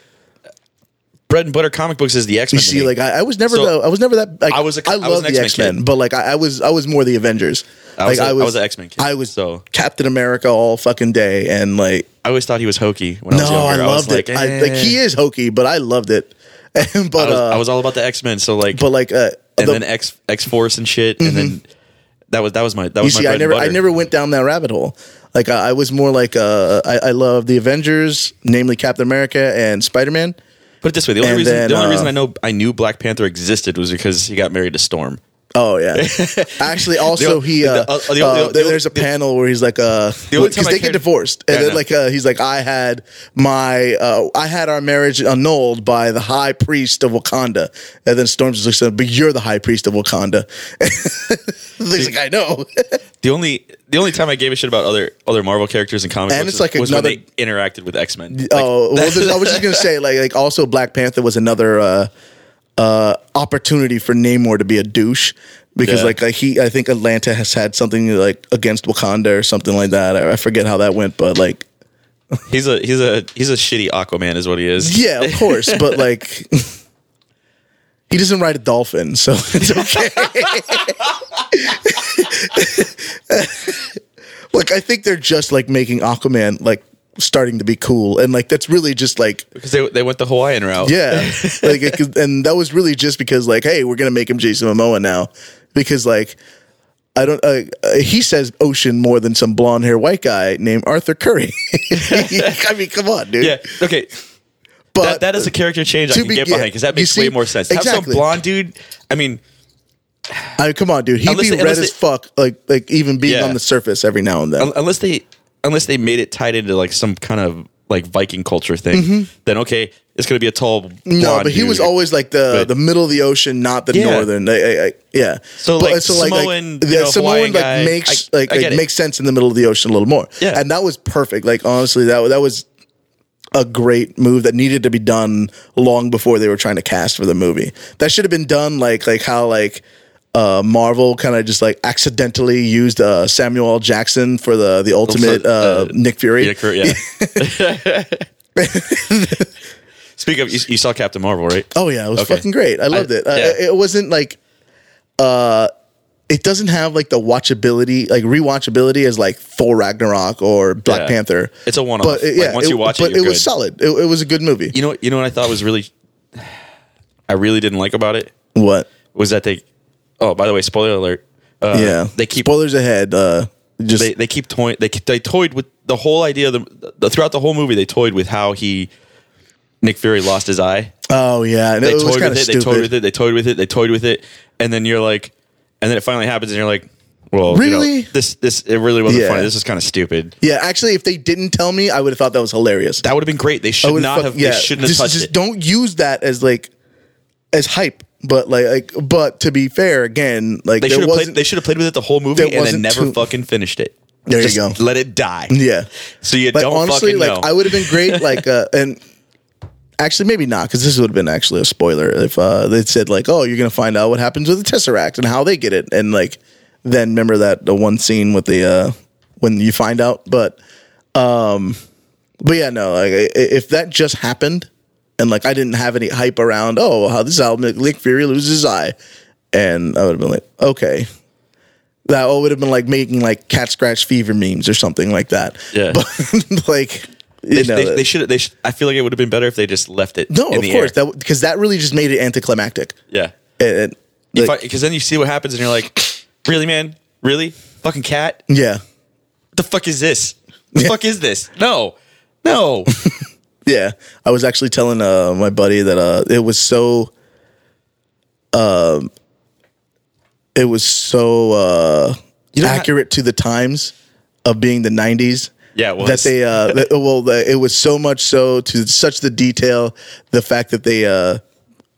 S1: bread and butter comic books is the X
S2: you
S1: Men.
S2: see, like I, I was never,
S1: So-
S2: the, I was never that. Like,
S1: I was a-
S2: I
S1: I was
S2: love
S1: an
S2: the
S1: X-Men
S2: X Men,
S1: kid.
S2: but like I, I was, I was more the Avengers.
S1: I was
S2: like
S1: a- I was an X-Men kid,
S2: I was
S1: so-
S2: Captain America all fucking day, and like
S1: I always thought he was hokey when I
S2: no,
S1: was younger.
S2: I
S1: was
S2: loved it.
S1: Like,
S2: I, like he
S1: eh.
S2: is hokey, but I loved it. [LAUGHS] And, but
S1: I was,
S2: uh,
S1: I was all about the X Men. So like,
S2: but like uh,
S1: and
S2: the- Mm-hmm.
S1: then X X Force and shit, and then that was that was my that
S2: you
S1: was my
S2: see,
S1: bread
S2: I never,
S1: and
S2: I
S1: butter.
S2: never went down that rabbit hole. Like I, I was more like uh, I, I love the Avengers, namely Captain America and Spider Man.
S1: Put it this way: the only
S2: And
S1: reason
S2: then,
S1: the only
S2: uh,
S1: reason I know I knew Black Panther existed was because he got married to Storm. [LAUGHS]
S2: Oh yeah. Actually, also
S1: The-
S2: he uh,
S1: the- uh, the-
S2: uh,
S1: the- the-
S2: there's a
S1: the-
S2: panel where he's like uh
S1: only
S2: because
S1: time I
S2: they get
S1: cared-
S2: divorced and
S1: Yeah, I
S2: then
S1: know.
S2: like uh, he's like I had my uh, I had our marriage annulled by the high priest of Wakanda and then Storm just looks at him but you're the high priest of Wakanda. [LAUGHS] he's like I know
S1: The only the only time I gave a shit about other other Marvel characters and comic
S2: And
S1: books
S2: it's like
S1: was
S2: another-
S1: when they interacted with X Men.
S2: oh well, there's- I was just gonna say like like also Black Panther was another uh, uh, opportunity for Namor to be a douche because
S1: Yeah.
S2: like, like he I think Atlanta has had something like against Wakanda or something like that. I, I forget how that went, but like
S1: he's a he's a he's a shitty Aquaman, is what he is.
S2: yeah, of course, but like. He doesn't ride a dolphin, so [LAUGHS] it's okay. like I think they're just like making Aquaman like starting to be cool, and like that's really just like
S1: because they they went the Hawaiian route.
S2: Yeah, like it, 'cause- and that was really just because like, hey, we're gonna make him Jason Momoa now, because like, I don't. Uh, uh, he says ocean more than some blonde hair white guy named Arthur Curry. [LAUGHS] I mean, come on, dude.
S1: yeah. Okay,
S2: but
S1: that, that is a character change I
S2: to
S1: can
S2: be-
S1: get
S2: yeah,
S1: behind because that
S2: you
S1: makes
S2: see-
S1: way more sense. Have some
S2: exactly.
S1: blonde dude. I mean,
S2: I mean, come on, dude. He'd
S1: Unless
S2: be
S1: they-
S2: red
S1: unless
S2: as
S1: they-
S2: fuck, like like even being
S1: Yeah.
S2: on the surface every now and then.
S1: un- unless they unless they made it tied into like some kind of like Viking culture thing, then okay, it's gonna be a tall. Blonde
S2: Mm-hmm. No, but he was
S1: dude.
S2: always like the
S1: But-
S2: the middle of the ocean, not the
S1: Yeah.
S2: northern. I, I, I, yeah.
S1: So,
S2: But-
S1: like, Samoan, you know, Hawaiian
S2: like
S1: guy,
S2: makes
S1: I-
S2: like,
S1: I
S2: like,
S1: get it.
S2: makes sense in the middle of the ocean a little more.
S1: Yeah.
S2: and that was perfect. Like honestly, that that was a great move that needed to be done long before they were trying to cast for the movie. That should have been done like like how like. Uh, Marvel kind of just like accidentally used uh, Samuel L. Jackson for the the ultimate uh,
S1: uh,
S2: Nick Fury.
S1: Yeah, correct, yeah.
S2: [LAUGHS]
S1: [LAUGHS] Speak of you, you saw Captain Marvel, right?
S2: Oh yeah, it was
S1: Okay.
S2: fucking great. I loved it. Uh,
S1: yeah.
S2: It wasn't like, uh, it doesn't have like the watchability, like rewatchability as like Thor Ragnarok or Black
S1: Yeah.
S2: Panther.
S1: It's a one-off.
S2: But uh,
S1: Like,
S2: yeah,
S1: once you watch it,
S2: but
S1: you're
S2: was
S1: good.
S2: solid. It, it was a good movie.
S1: You know, you know what I thought was really, [SIGHS] I really didn't like about it
S2: what?
S1: was that they. Oh, by the way, spoiler alert. Uh,
S2: yeah,
S1: they keep
S2: spoilers ahead. Uh, just
S1: they they keep toying they they toyed with the whole idea of the, the throughout the whole movie they toyed with how he Nick Fury lost his eye.
S2: oh yeah, and
S1: They
S2: it was
S1: toyed
S2: kind
S1: with
S2: of
S1: it. They toyed
S2: stupid.
S1: with it. They toyed with it. They toyed with it. And then you're like, and then it finally happens, and you're like, Well, you know,
S2: Really?
S1: this this it really wasn't
S2: Yeah.
S1: funny. This is kind of stupid.
S2: Yeah, actually, if they didn't tell me, I would have thought that was hilarious.
S1: That would have been great. They
S2: I
S1: should
S2: would've
S1: not
S2: fuck-
S1: have.
S2: yeah,
S1: They shouldn't
S2: just,
S1: have touched
S2: just
S1: it.
S2: Don't use that as like as hype. But like, like, but to be fair, again, like
S1: They
S2: there
S1: should have played.
S2: wasn't.
S1: They should have played with it the whole movie
S2: there
S1: and then
S2: wasn't
S1: never
S2: too-
S1: fucking finished it.
S2: There you
S1: Just
S2: go.
S1: Let it die.
S2: yeah,
S1: So you
S2: but
S1: don't
S2: honestly,
S1: fucking
S2: like
S1: know.
S2: I would have
S1: [LAUGHS]
S2: been great. Like, uh, and actually, maybe not because this would have been actually a spoiler if uh, they said like, oh, you're gonna find out what happens with the tesseract and how they get it, and like then remember that the one scene with the uh, when you find out. But, um, but yeah, no, like i- if that just happened and like I didn't have any hype around, oh, how this album Nick Fury loses his eye, and I would have been like, okay. That would have been like making like cat scratch fever memes or something like that.
S1: Yeah.
S2: [LAUGHS] But like
S1: they,
S2: you know,
S1: they, they should. They should. I feel like it would have been better if they just left it.
S2: no,
S1: in
S2: of
S1: the
S2: course,
S1: Air.
S2: that because that really just made it anticlimactic.
S1: yeah.
S2: It- it- like,
S1: Because then you see what happens, and you're like, [SNIFFS] "Really, man? Really? Fucking cat? What
S2: yeah,
S1: the fuck is this? The fuck is this? No,
S2: [LAUGHS]
S1: no."
S2: yeah. I was actually telling uh, my buddy that uh, it was so, um, it was so uh,
S1: know how-
S2: accurate to the times of being the '90s.
S1: Yeah, it was.
S2: that they uh, that- well, the, it was so much so to such the detail. The fact that they uh,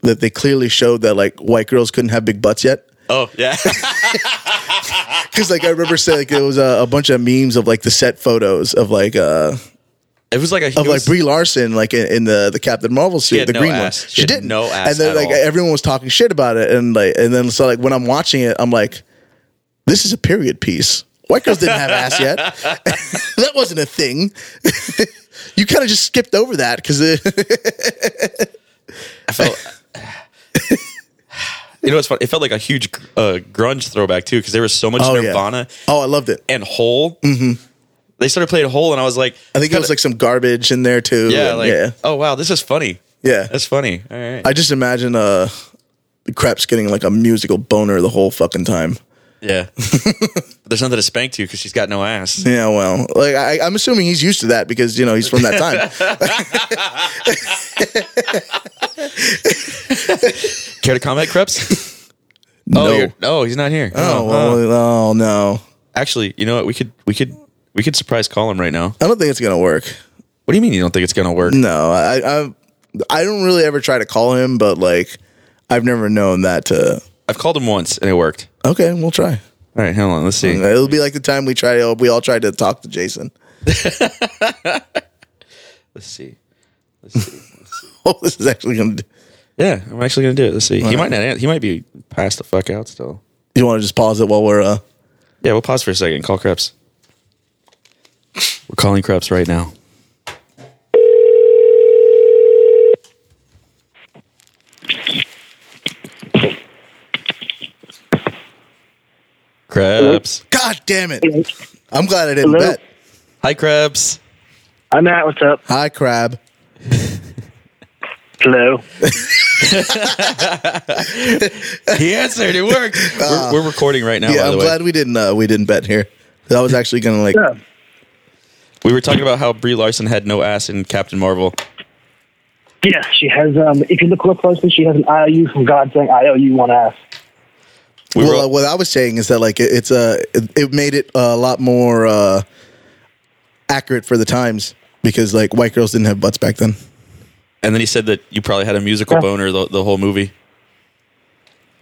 S2: that they clearly showed that like white girls couldn't have big butts yet.
S1: oh yeah. [LAUGHS]
S2: Because like I remember saying, like, there was a, a bunch of memes of like the set photos of like uh
S1: It was like a.
S2: of like Brie Larson like in, in the the Captain Marvel suit,
S1: had
S2: the
S1: no
S2: green
S1: ass.
S2: one.
S1: She had no ass
S2: and then
S1: at
S2: like
S1: all.
S2: everyone was talking shit about it, and like and then so like when I'm watching it, I'm like, this is a period piece. White girls didn't have ass yet. [LAUGHS] that wasn't a thing. [LAUGHS] you kind of just skipped over that because
S1: [LAUGHS] I felt. [SIGHS] you know what's funny? It felt like a huge uh, grunge throwback too, because there was so much
S2: oh yeah,
S1: Nirvana
S2: oh I loved it.
S1: and Hole. They started playing Hole, and I was like,
S2: Mm-hmm. I think there was like some garbage in there too.
S1: yeah,
S2: and,
S1: like,
S2: yeah,
S1: oh wow, this is funny.
S2: yeah.
S1: That's funny. All right.
S2: I just imagine uh the Kreps getting like a musical boner the whole fucking time. [LAUGHS]
S1: yeah. There's nothing to spank to because she's got no ass.
S2: Yeah, well, like I, I'm assuming he's used to that because you know he's from that time.
S1: Care to comment, Krebs?
S2: [LAUGHS] no,
S1: Oh, you're- no, he's not here. uh,
S2: oh, well, oh no,
S1: actually, you know what? We could, we could, we could surprise call him right now.
S2: I don't think it's gonna work.
S1: What do you mean you don't think it's gonna work?
S2: No, I, I, I don't really ever try to call him, but like, I've never known that to.
S1: I've called him once and it worked.
S2: Okay, we'll try.
S1: All right, hold on. Let's see.
S2: It'll be like the time we tried. We all tried to talk to Jason. [LAUGHS]
S1: Let's see. Let's see.
S2: Oh, this is actually gonna. Do.
S1: Yeah, I'm actually gonna do it. Let's see. He might not. an- He might be passed the fuck out still.
S2: You want to just pause it while we're. uh
S1: Yeah, we'll pause for a second. and Call Krebs. We're calling Krebs right now. Krebs.
S2: God damn it! I'm glad I didn't
S3: Hello?
S2: bet.
S1: Hi, Krebs.
S3: Hi Matt, what's up?
S2: Hi, crab.
S3: Hello.
S1: He answered. It worked. [LAUGHS] we're, we're recording right now.
S2: Yeah,
S1: Oh, by the
S2: I'm
S1: way,
S2: glad we didn't. uh We didn't bet here. I was actually gonna like.
S3: Yeah.
S1: we were talking about how Brie Larson had no ass in Captain Marvel.
S3: Yeah, she has. Um, if you look real closely, she has an IOU from God saying IOU one ass.
S1: We
S2: well,
S1: were,
S2: uh, what I was saying is that like it, it's uh, it, it made it a lot more uh, accurate for the times because like white girls didn't have butts back then.
S1: and then he said that you probably had a musical
S3: Yeah.
S1: boner the, the whole movie.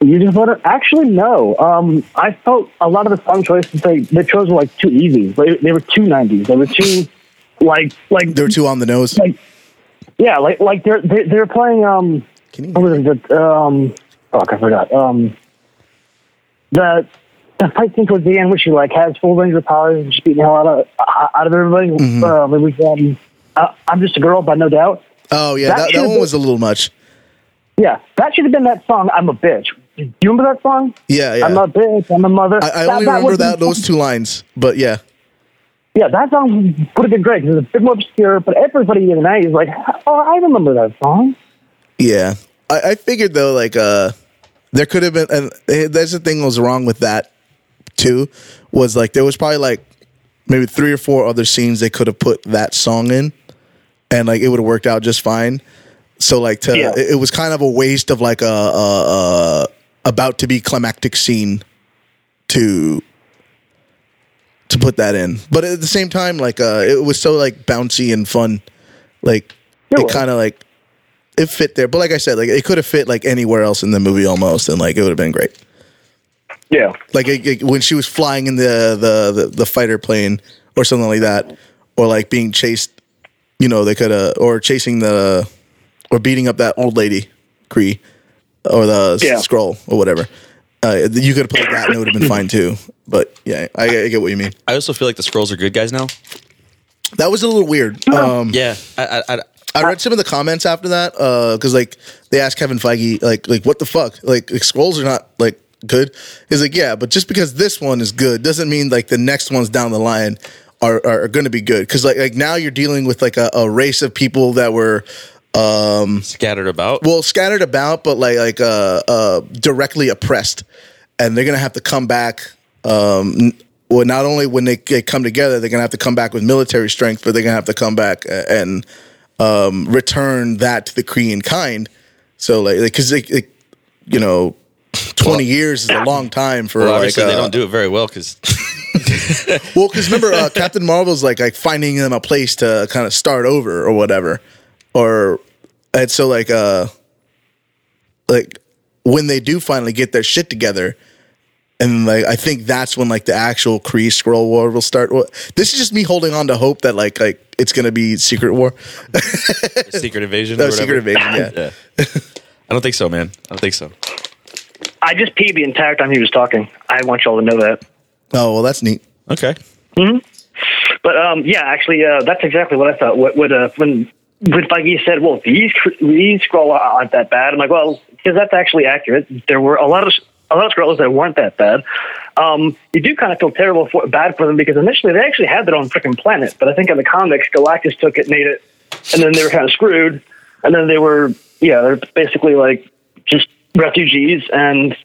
S3: You just voted? Actually, no. Um, I felt a lot of the song choices they, they chose were like too easy. They, they were too nineties. They were too like like
S2: They were too on the nose.
S3: like yeah like like they're they're, they're playing um
S2: Can you-
S3: what was it um fuck I forgot um the the fight scene towards the end where she like has full range of powers and she's beating the hell out of out of everybody.
S2: Mm-hmm.
S3: Uh, it was, um, uh, I'm just a girl, by no doubt.
S2: Oh yeah,
S3: That
S2: that, that,
S3: should've
S2: one
S3: been-
S2: was a little much.
S3: Yeah, that should have been that song. I'm a bitch. Do you remember that song?
S2: Yeah, yeah.
S3: I'm a bitch. I'm a mother.
S2: I, I only remember
S3: was-
S2: that those two lines, but yeah,
S3: Yeah, that song would have been great because it's a bit more obscure. But everybody in the night is like, oh, I remember that song.
S2: yeah. I, I figured though, like uh, there could have been, and eh, that's the thing that was wrong with that too, was like there was probably like maybe three or four other scenes they could have put that song in, and like it would have worked out just fine. So like to
S3: Yeah.
S2: it, it was kind of a waste of like a, a, a about to be climactic scene to to put that in. But at the same time, like uh, it was so like bouncy and fun, like
S3: It
S2: it,
S3: was.
S2: kind of like it fit there. But like I said, like it could have fit like anywhere else in the movie almost, and like it would have been great.
S3: Yeah.
S2: Like it, it- when she was flying in the, the the the fighter plane or something like that, or like being chased, you know, they could have or chasing the or beating up that old lady Cree or the
S3: Yeah.
S2: scroll or whatever. Uh, you could have played that and it would have been fine too. But yeah, I, I get what you mean.
S1: I also feel like the scrolls are good guys now.
S2: That was a little weird. Um,
S1: Yeah, I, I, I,
S2: I read some of the comments after that because like they asked Kevin Feige like like what the fuck like, like scrolls are not like good. He's like yeah, but just because this one is good doesn't mean like the next ones down the line are are, going to be good because like like now you're dealing with like a, a race of people that were
S1: scattered about.
S2: well scattered about but like like uh uh directly oppressed and they're gonna have to come back um n- well not only when they, they come together they're gonna have to come back with military strength but they're gonna have to come back a- and um return that to the Korean kind so like because it, it, you know 20 years is a long time for
S1: Well,
S2: like
S1: obviously, they
S2: uh,
S1: don't do it very well
S2: [LAUGHS]
S1: because
S2: well, because remember, uh, Captain Marvel's like like finding them a place to kind of start over or whatever, or and so like uh, like when they do finally get their shit together, and like I think that's when like the actual Kree Scroll War will start. Well, this is just me holding on to hope that like like it's gonna be Secret War,
S1: secret invasion. or
S2: no,
S1: whatever.
S2: Secret
S1: [COUGHS]
S2: Invasion, yeah.
S1: Yeah. [LAUGHS] I don't think so, man. I don't think so.
S3: I just peed the entire time he was talking. I want y'all to know that.
S2: Oh well, that's neat.
S1: Okay.
S3: But um, yeah, actually, uh, that's exactly what I thought. What, what uh, when when Feige said, "Well, these these scroll aren't that bad," I'm like, "Well, because that's actually accurate. There were a lot of a lot of scrolls that weren't that bad. Um, you do kind of feel terrible for bad for them because initially they actually had their own freaking planet, but I think in the comics, Galactus took it, made it, and then they were kind of screwed. And then they were, yeah, they're basically like just refugees and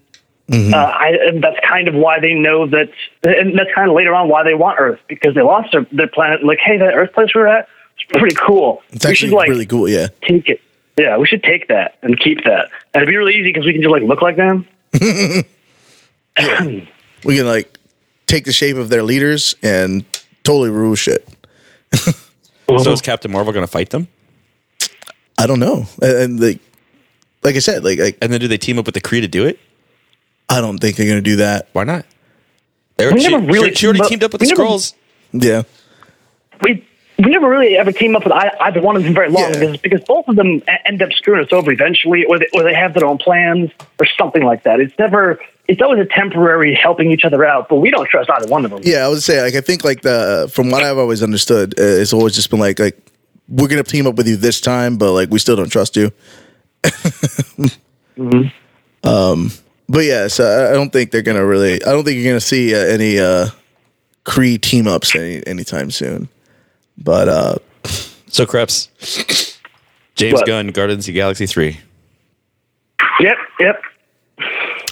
S2: Mm-hmm.
S3: uh, I, and that's kind of why they know that, and that's kind of later on why they want Earth because they lost their, their planet. Like, hey, that Earth place we were at, it's pretty cool.
S2: It's
S3: we should
S2: actually
S3: like
S2: really cool. Yeah,
S3: take it. Yeah, we should take that and keep that, and it'd be really easy because we can just like look like them.
S2: we can like take the shape of their leaders and totally rule shit.
S3: Uh-huh.
S1: So is Captain Marvel going to fight them?
S2: I don't know, and, and like like I said, like like.
S1: And then do they team up with the Kree to do it?
S2: I don't think they're gonna do that.
S1: Why not? They were,
S3: We
S1: she,
S3: never really
S1: she- she already
S3: teamed up-
S1: teamed up with the
S3: we never-
S1: Skrulls.
S2: Yeah.
S3: we we never really ever team up with ei- either one of them very long
S2: Yeah.
S3: because, because both of them e- end up screwing us over eventually, or they, or they have their own plans or something like that. It's never. It's always a temporary helping each other out, but we don't trust either one of them.
S2: Yeah, I would say like I think like the from what I've always understood, uh, it's always just been like like we're gonna team up with you this time, but like we still don't trust
S3: [LAUGHS]
S2: you.
S3: Mm-hmm.
S2: Um, but yeah, so I, I don't think they're gonna really. I don't think you're gonna see uh, any uh Cree team ups any anytime soon. But uh
S1: So Krebs, James
S3: What?
S1: Gunn, Guardians of the Galaxy three.
S3: Yep, yep.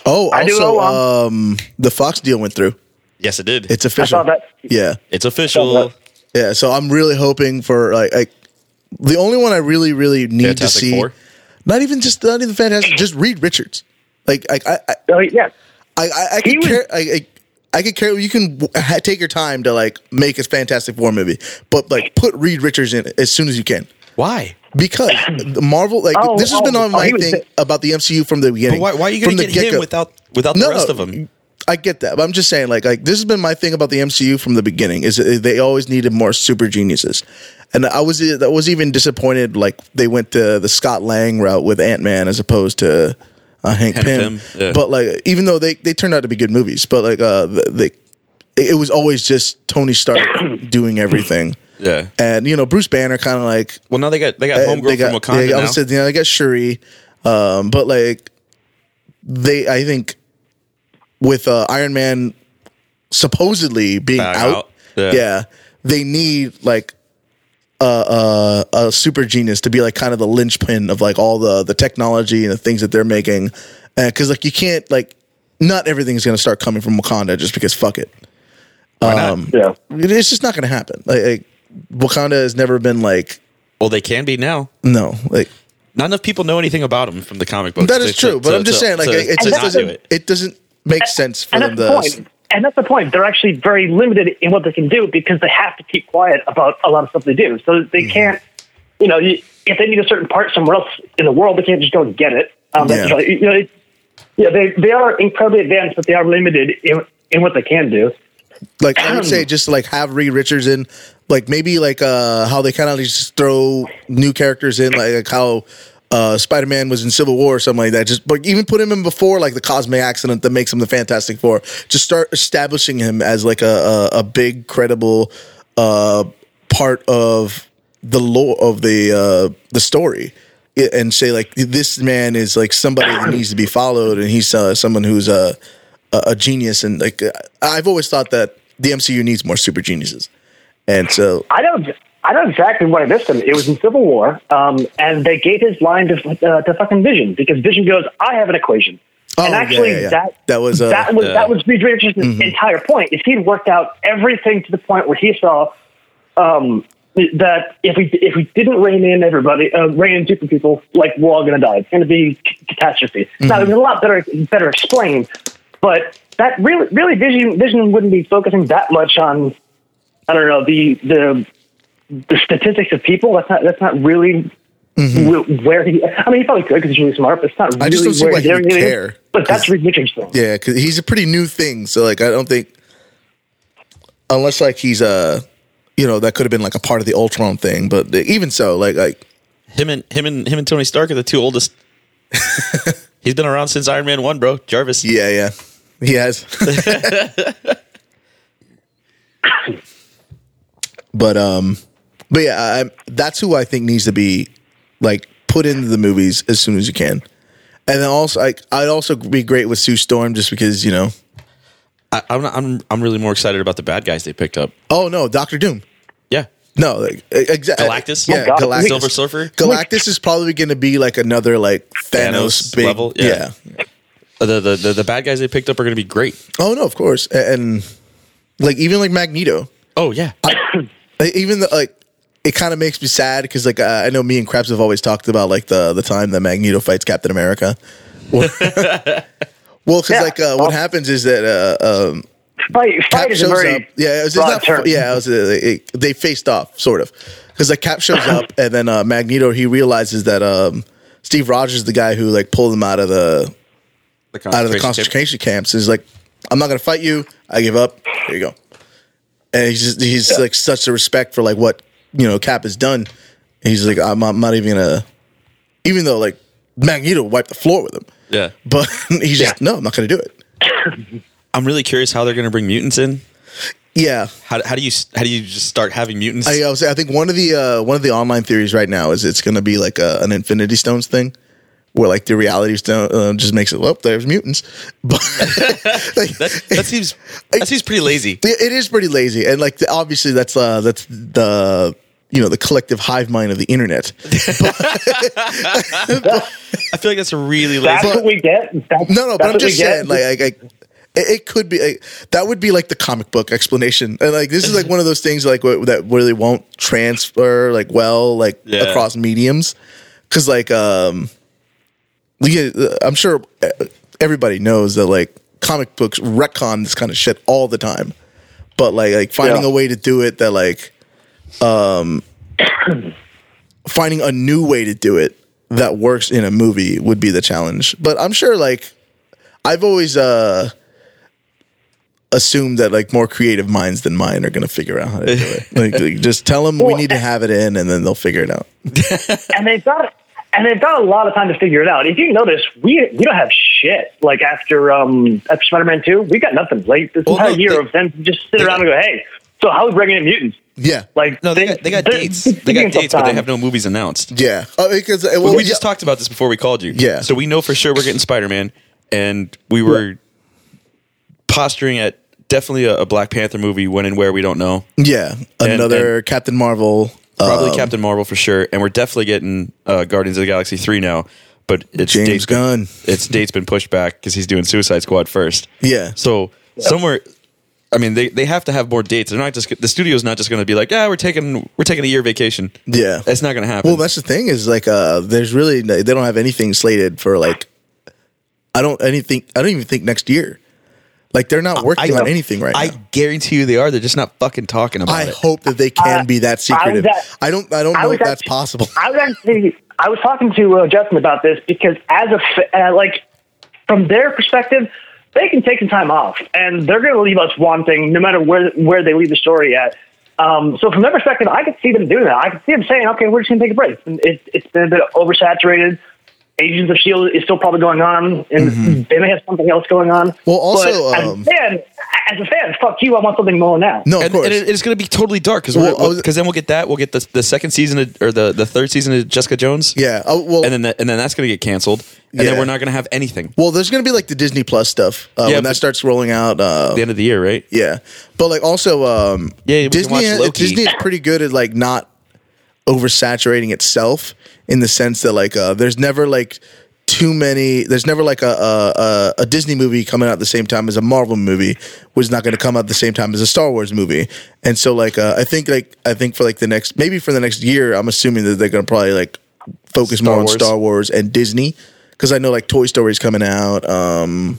S2: oh,
S3: I do
S2: also
S3: know, um,
S2: um the Fox deal went through.
S1: Yes, it did.
S2: It's
S3: I
S2: official.
S3: saw that.
S2: Yeah.
S1: it's official.
S2: Yeah, so I'm really hoping for like, like the only one I really really need
S1: Fantastic
S2: to see.
S1: Four?
S2: Not even just not even fantastic. Just Reed Richards. Like I I I
S3: Oh, yeah.
S2: I, I, I
S3: He
S2: could
S3: was-
S2: care. I, I, I could care. You can w- ha- take your time to like make a Fantastic Four movie, but like put Reed Richards in as soon as you can
S1: Why?
S2: because the Marvel like
S3: Oh,
S2: this has been
S3: oh,
S2: on
S3: oh,
S2: my
S3: he was
S2: thing
S3: the-
S2: about the MCU from the beginning.
S1: But why? Why are you
S2: From
S1: going to
S2: the
S1: get him
S2: get-go.
S1: without without the rest of them?
S2: I get that, but I'm just saying, like, like this has been my thing about the MCU from the beginning is they always needed more super geniuses, and I was I was even disappointed like they went to the Scott Lang route with Ant Man as opposed to uh, Hank, Pym.
S1: Pym, yeah.
S2: But like, even though they they turned out to be good movies, but like, uh, the- they it was always just Tony Stark doing everything,
S1: Yeah.
S2: and you know Bruce Banner kind of like
S1: Well, now they got they got
S2: uh,
S1: homegirl from Wakanda
S2: they,
S1: now.
S2: obviously, you know, they got Shuri, um, but like they, I think with uh, Iron Man supposedly being
S1: Back
S2: out,
S1: out.
S2: Yeah.
S1: Yeah.
S2: they need like a, a, a super genius to be like kind of the linchpin of like all the the technology and the things that they're making, because like you can't like not everything's gonna start coming from Wakanda just because fuck it
S1: Why not?
S3: Yeah.
S2: it's just not gonna happen like, like Wakanda has never been like
S1: well, they can be now.
S2: no like
S1: Not enough people know anything about him from the comic books.
S2: That
S1: to-
S2: is
S1: to-
S2: true, but
S1: to-
S2: I'm just
S1: to-
S2: saying, like,
S1: to-
S2: it, it
S1: to
S2: just
S1: not do
S2: doesn't
S1: it.
S2: it. doesn't make sense for
S3: And
S2: them
S3: that's the
S2: to
S3: point. and that's the point. They're actually very limited in what they can do because they have to keep quiet about a lot of stuff they do. So
S2: Mm-hmm.
S3: they can't, you know, you- if they need a certain part somewhere else in the world, they can't just go and get it. Um, that's
S2: Yeah.
S3: right. you know, it, yeah, they they are incredibly advanced, but they are limited in in what they can do.
S2: Like I would say, just like have Reed Richards in, like maybe like uh how they kind of just throw new characters in, like, like how uh Spider Man was in Civil War or something like that. Just but even put him in before like the cosmic accident that makes him the Fantastic Four. Just start establishing him as like a a, a big credible uh part of the lore of the uh the story. I- And say like this man is like somebody that needs to be followed, and he's uh, someone who's uh, a, a genius and like uh, I've always thought that the MCU needs more super geniuses. And so
S3: I don't. I know exactly what I missed him. It was in Civil War, um, and they gave his line to, uh, to fucking Vision because Vision goes, "I have an equation,"
S2: Oh,
S3: and
S2: yeah,
S3: actually
S2: yeah, yeah.
S3: that
S2: That was, uh, Mm-hmm.
S3: that was
S1: the-
S3: that was Reed Richards' entire point. Is he'd worked out everything to the point where he saw um, that if we if we didn't rein in everybody, uh, rein in super people, like we're all going to die. It's going to be c- catastrophe. Now
S2: Mm-hmm.
S3: it was a lot better better explained, but that really really Vision Vision wouldn't be focusing that much on I don't know the the the statistics of people. That's not that's not really wh- where he. I mean, he probably could because he's really smart, but it's not.
S2: Mm-hmm. I
S3: really
S2: just don't see
S3: where
S2: why he
S3: there
S2: would
S3: is.
S2: care,
S3: But that's Reed Richards' thing.
S2: yeah, 'cause he's a pretty new thing. So like I don't think unless like he's uh, you know that could have been like a part of the Ultron thing, but even so like like
S1: Him and him and him and Tony Stark are the two
S2: [LAUGHS]
S1: oldest. He's been around since Iron Man One, bro. Jarvis.
S2: yeah yeah he has. but um, but yeah, I, I'm- that's who I think needs to be like put into the movies as soon as you can. And then also, I, I'd also be great with Sue Storm just because you know
S1: I, I'm, not, I'm I'm really more excited about the bad guys they picked up.
S2: Oh no, Doctor Doom.
S1: Yeah,
S2: No, like exactly.
S1: Galactus?
S2: Uh, Yeah,
S1: Oh,
S3: God.
S2: Galactus.
S1: Silver Surfer?
S2: Galactus is probably going to be like another like Thanos,
S1: Thanos
S2: big
S1: level,
S2: Yeah.
S1: yeah. Uh, the the the, the bad guys they picked up are going to be great.
S2: Oh no, of course, A- and, like even like Magneto,
S1: Oh yeah,
S2: Like, even the, like it kind of makes me sad because like uh, I know me and Krebs have always talked about like the the time that Magneto fights Captain America.
S3: [LAUGHS]
S2: well, because
S3: Yeah.
S2: like uh, what happens is that uh, um,
S3: Fight,
S2: Cap
S3: fight is a
S2: shows
S3: very
S2: up. Yeah, it was, it's
S3: broad
S2: not,
S3: term.
S2: yeah. It was, uh, it- they faced off, sort of, because like Cap shows
S3: [COUGHS]
S2: up, and then uh, Magneto he realizes that um, Steve Rogers is the guy who like pulled him out of the
S1: the
S2: out of the concentration camps. Is like, I'm not gonna fight you. I give up. There you go. And he's just, he's like such a respect for like what you know Cap has done. And he's like, I'm, I'm not even gonna, even though like Magneto wiped the floor with him,
S1: Yeah,
S2: but [LAUGHS] he's just no, I'm not gonna do it.
S1: I'm really curious how they're going to bring mutants in.
S2: Yeah,
S1: How, how do you how do you just start having mutants?
S2: I, uh, I was- I think one of the uh, one of the online theories right now is it's going to be like a, an Infinity Stones thing, where like the Reality Stone uh, just makes it. Well, there's mutants, [LAUGHS] but like,
S1: that, that
S2: [LAUGHS]
S1: seems that seems pretty lazy.
S2: it- it is pretty lazy, and like the, obviously that's uh, that's the you know the collective hive mind of the
S3: [LAUGHS]
S2: internet.
S1: I feel like that's a really
S3: That's
S1: lazy.
S2: But-
S3: what we get. That's,
S2: No, no,
S3: that's
S2: but I'm
S3: what we
S2: just saying,
S3: get.
S2: like, I, I, it, it could be like, that would be like the comic book explanation, and like this is like one of those things like wh- that really won't transfer like well like
S1: Yeah.
S2: across mediums, because like um, yeah, uh, I'm sure uh, everybody knows that like comic books retcon this kind of shit all the time, but like like finding
S3: Yeah.
S2: a way to do it that like um, [CLEARS THROAT] finding a new way to do it that works in a movie would be the challenge. But I'm sure like I've always uh assumed that like more creative minds than mine are going to figure out how to do [LAUGHS] it. Like, like, just tell them we
S3: Well,
S2: need to have it in and then they'll figure it out.
S3: and they've got and they've got a lot of time to figure it out. If you notice, we we don't have shit. Like after um after Spider Man Two, we got nothing. Like this
S1: Well,
S3: entire
S1: no,
S3: year
S1: they-
S3: of them just sit around and go, hey, so how are we bringing in mutants?
S2: Yeah.
S3: Like
S1: No, they got, they got
S3: they're-
S1: dates.
S3: they're
S1: They
S3: giving
S1: got dates, but they
S3: themselves
S1: have no movies announced.
S2: yeah. Oh, because uh, well,
S1: we just talked about this before we called you.
S2: Yeah.
S1: So we know for sure we're getting Spider Man, and we were posturing at definitely a, a Black Panther movie when and where we don't know.
S2: yeah, another
S1: and-
S2: Captain Marvel
S1: Probably
S2: um,
S1: Captain Marvel for sure, and we're definitely getting uh, Guardians of the Galaxy three now. But it's
S2: James
S1: date's been-
S2: Gunn.
S1: its date's been pushed back because he's doing Suicide Squad first.
S2: Yeah.
S1: So somewhere, I mean, they, they have to have more dates. They're not just the studio's not just going to be like, yeah, we're taking we're taking a year vacation.
S2: Yeah.
S1: That's not going to happen.
S2: Well, that's the thing is like uh there's really they don't have anything slated for like I don't anything I don't even think next year. Like they're not working on anything right
S1: I
S2: now.
S1: guarantee you they are. They're just not fucking talking about
S2: I
S1: it.
S2: hope that they can be that secretive. I,
S3: at-
S2: don't. I don't know
S3: was
S2: if that's
S3: actually-
S2: possible.
S3: I was actually I was talking to uh, Justin about this because as a f- uh, like from their perspective, they can take some time off and they're going to leave us wanting no matter where where they leave the story at. Um, so from their perspective, I could see them doing that. I could see them saying, "Okay, we're just going to take a break." And It, it's been a bit oversaturated. Agents of Shield E is still probably going on, and they may have something else going on.
S2: Mm-hmm. Well, also,
S3: But as,
S2: um,
S3: a fan, as a fan, fuck you! I want something more now.
S2: No, Oh, of
S1: and,
S2: course.
S1: and it- it's going to be totally dark because
S2: Well, oh, I was-
S1: then we'll get that. We'll get the, the second season of, or the, the third season of Jessica Jones.
S2: yeah. Oh, well,
S1: And then that, and then that's going to get canceled. And
S2: Yeah.
S1: then we're not going to have anything.
S2: well, there's gonna be like the Disney Plus stuff uh,
S1: Yeah,
S2: when that
S1: but-
S2: starts rolling out. Uh,
S1: At the end of the year, right?
S2: yeah, but like also, um,
S1: Yeah, we can
S2: Disney.
S1: watch Loki.
S2: Disney is pretty good at like not oversaturating itself in the sense that like uh, there's never like too many. There's never like a a, a a Disney movie coming out at the same time as a Marvel movie, which is not going to come out at the same time as a Star Wars movie. And so like uh, I think like I think for like the next maybe for the next year, I'm assuming that they're going to probably like focus
S1: Star
S2: more on
S1: Wars.
S2: Star Wars and Disney because I know like Toy Story's coming out. Um,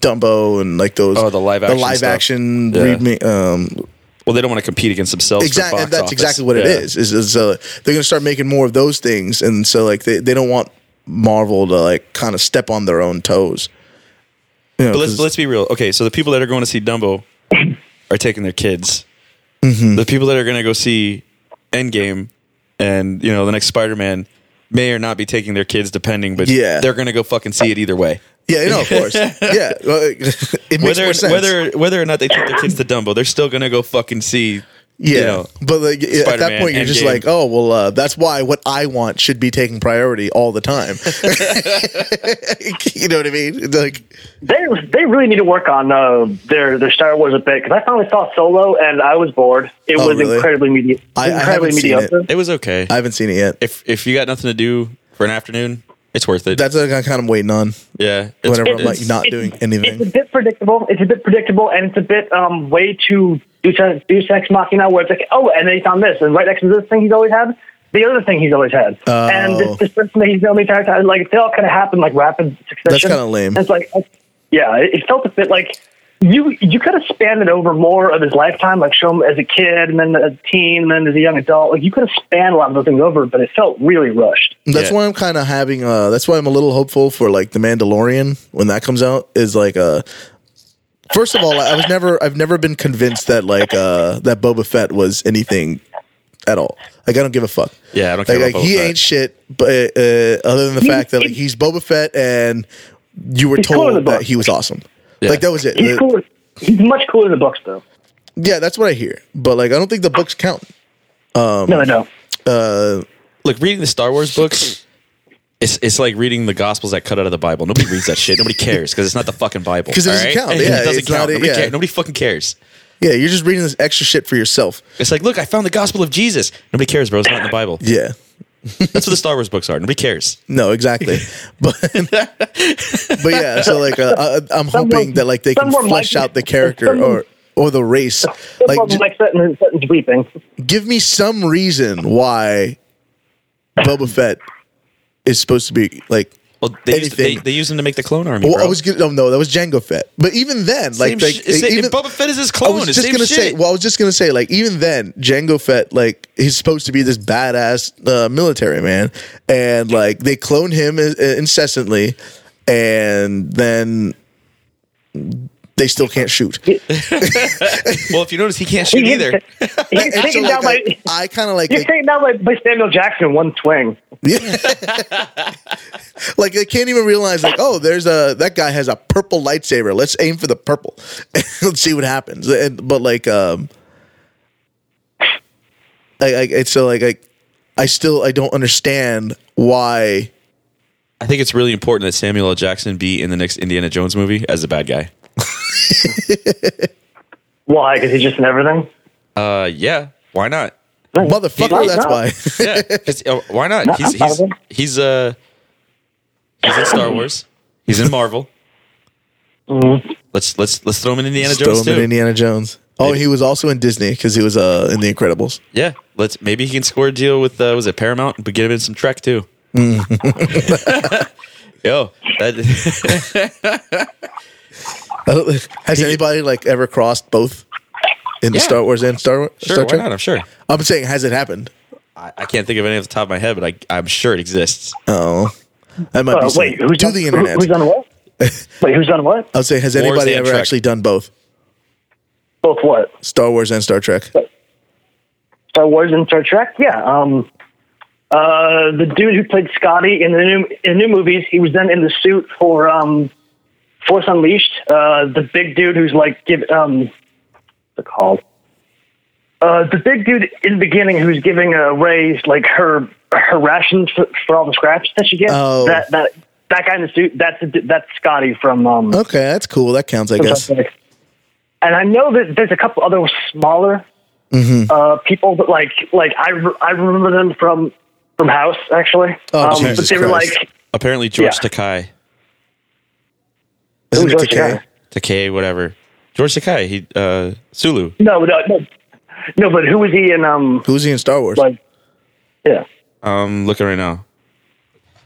S2: Dumbo and like those
S1: Oh, the live action
S2: the live
S1: stuff.
S2: action
S1: Yeah.
S2: read me um
S1: Well, they don't want to compete against themselves. for
S2: exactly
S1: box
S2: that's
S1: office.
S2: exactly what it
S1: Yeah.
S2: is is, is uh, they're gonna start making more of those things and so like they, they don't want Marvel to like kind of step on their own toes You know,
S1: But let's
S2: 'cause-
S1: let's be real. Okay, so the people that are going to see Dumbo are taking their kids.
S2: Mm-hmm.
S1: The people that are going to go see Endgame and you know the next Spider Man may or not be taking their kids, depending. But
S2: Yeah.
S1: they're going to go fucking see it either way.
S2: yeah you know
S1: [LAUGHS]
S2: of course yeah well, [LAUGHS] it makes
S1: Whether
S2: more sense.
S1: whether whether or not they take their kids to Dumbo, they're still going to go fucking see.
S2: Yeah,
S1: you know,
S2: but like at that
S1: Spider-Man,
S2: point, you're just
S1: Endgame.
S2: like, oh well, uh, that's why what I want should be taking priority all
S1: [LAUGHS]
S2: the time. [LAUGHS] you know what I mean? It's Like,
S3: They they really need to work on uh, their their Star Wars a bit because I finally saw Solo and I was bored. It
S2: Oh,
S3: was
S2: really?
S3: incredibly medi-
S2: I- I
S3: incredibly
S2: haven't seen it.
S3: mediocre.
S1: it was okay.
S2: I haven't seen it yet.
S1: if if you got nothing to do for an afternoon, it's worth it.
S2: That's what I'm kind of waiting on.
S1: yeah, it's,
S2: Whenever I'm
S1: it's-
S2: like not doing anything.
S3: It's a bit predictable. It's a bit predictable and it's a bit um way too Deus Ex- Deus Ex Machina where it's like oh and then he found this and right next to this thing he's always had the other thing he's always had
S2: Oh.
S3: and this, this person that he's known the entire time like they all kind of happen like rapid succession.
S2: kinda lame.
S3: And it's like I- yeah, it, it felt a bit like. You you could have spanned it over more of his lifetime, like show him as a kid, and then a teen, and then as a young adult. Like you could have spanned a lot of those things over, but it felt really rushed.
S2: That's
S1: Yeah.
S2: why I'm kind of having. Uh, that's why I'm a little hopeful for like the Mandalorian when that comes out. Is like uh First of all, I was never. I've never been convinced that like uh that Boba Fett was anything at all. Like I don't give a fuck.
S1: Yeah, I don't care
S2: Like,
S1: about
S2: like, he
S1: Boba Fett.
S2: ain't shit. But uh, other than the fact that like he's Boba Fett and you were
S3: He's cool in the
S2: told that
S3: book.
S2: he was awesome.
S1: Yeah.
S2: Like that was it.
S3: He's
S2: Uh,
S3: cool. He's much cooler in the books, though.
S2: Yeah, that's what I hear. But like I don't think the books count. Oh,
S3: no, I know.
S2: Uh,
S1: look, reading the Star Wars books, it's it's like reading the Gospels that cut out of the Bible. Nobody reads that shit. Nobody cares because it's not the fucking Bible.
S2: 'Cause it doesn't
S1: alright?
S2: count.
S1: It
S2: Yeah,
S1: doesn't
S2: it's not
S1: count.
S2: a-
S1: nobody,
S2: yeah.
S1: cares. nobody fucking cares.
S2: yeah, you're just reading this extra shit for yourself.
S1: It's like, look, I found the Gospel of Jesus. Nobody cares, bro. It's not in the
S2: [LAUGHS]
S1: Bible.
S2: Yeah.
S1: That's what the Star Wars books are. Nobody
S2: [LAUGHS]
S1: cares.
S2: No,
S1: [LAUGHS]
S2: exactly. But but yeah, so like uh, I, I'm hoping
S3: Someone-
S2: that like they can
S3: someone
S2: flesh
S3: might-
S2: out the character
S3: someone-
S2: or or the race.
S3: Like,
S2: Like, j-
S3: like Sutton, Sutton's
S2: [LAUGHS]
S3: weeping.
S2: give me some reason why Boba Fett is supposed to be like.
S1: Well, they used, they,
S2: Anything.
S1: they used them to make the clone army.
S2: Well,
S1: bro.
S2: I was gonna, no, no, that was Jango Fett. But even then,
S1: Same
S2: like, like
S1: shit. It's the-
S2: even,
S1: Boba Fett is his
S2: I
S1: clone.
S2: was
S1: It's
S2: just
S1: Oh, same
S2: gonna
S1: shit.
S2: say. Well, I was just gonna say, like, even then, Django Fett, like, he's supposed to be this badass uh, military man, and like they clone him in- incessantly, and then they still can't shoot.
S1: Well, if you notice, he can't shoot either.
S3: He's
S2: And so,
S3: taken down
S2: like,
S3: by.
S2: I, kind of like,
S3: He's taken down by, by Samuel Jackson in one swing.
S2: like they can't even realize, like, oh, there's a that guy has a purple lightsaber. Let's aim for the purple. [LAUGHS] Let's see what happens. And but like, um, I, I it's so like I, I still I don't understand why.
S1: I think it's really important that Samuel L. Jackson be in the next Indiana Jones movie as the bad guy.
S3: Why? Because he's just in everything.
S1: Uh, yeah. Why not?
S2: Motherfucker,
S3: He-
S2: that's
S3: no.
S2: why.
S1: [LAUGHS] Yeah. It's- uh, why not? he's
S3: I'm fine
S1: he's
S3: with it.
S1: he's uh he's in Star Wars. He's in Marvel. Mm-hmm. Let's let's let's throw him in Indiana
S2: Just [LAUGHS] throw
S1: Jones
S2: him in
S1: too.
S2: Indiana Jones. Oh,
S1: Maybe.
S2: he was also in Disney because he was uh, in The Incredibles. [LAUGHS]
S1: yeah. Let's maybe he can score a deal with uh, was it Paramount, but get him in some Trek too.
S2: Mm.
S1: [LAUGHS]
S2: [LAUGHS]
S1: Yo, that
S2: Uh, Has anybody like ever crossed both in the
S1: Yeah.
S2: Star Wars and Star Wars?
S1: Sure,
S2: Star
S1: why not? I'm sure.
S2: I'm saying, has it happened?
S1: I, I can't think of any off the top of my head, but I, I'm sure it exists.
S2: Oh, that might be
S3: Uh,
S2: something.
S3: wait, who's
S2: do
S3: done,
S2: the
S3: who-
S2: internet?
S3: who's
S2: [LAUGHS]
S3: done what? wait, who's done what?
S2: I would say, has
S1: Wars
S2: anybody
S1: and
S2: ever
S1: Trek.
S2: actually done both
S3: Both what?
S2: Star Wars and Star Trek?
S3: Star Wars and Star Trek. Yeah. Um, uh, the dude who played Scotty in the new in the new movies, he was then in the suit for um, Force Unleashed. Uh, the big dude who's like give um, what's it called? Uh, the big dude in the beginning who's giving uh, Ray like her her rations for, for all the scraps that she gets.
S2: Oh.
S3: That that that guy in the suit. That's the, that's Scotty from um,
S2: Okay, that's cool. That counts, I guess.
S3: and I know that there's a couple other smaller
S2: Mm-hmm.
S3: uh, people, but like like I, re- I remember them from from House actually.
S2: Oh,
S3: um,
S2: Jesus
S3: but they were
S2: Christ.
S3: like
S1: Apparently, George
S3: Yeah.
S1: Takai,
S2: Isn't it
S3: George
S2: Takei?
S3: Takei?
S1: Takai, whatever. George Takai, he uh, Sulu.
S3: no no no no, but who was he in um
S2: Who's he in Star Wars?
S3: like yeah
S1: I'm looking right now.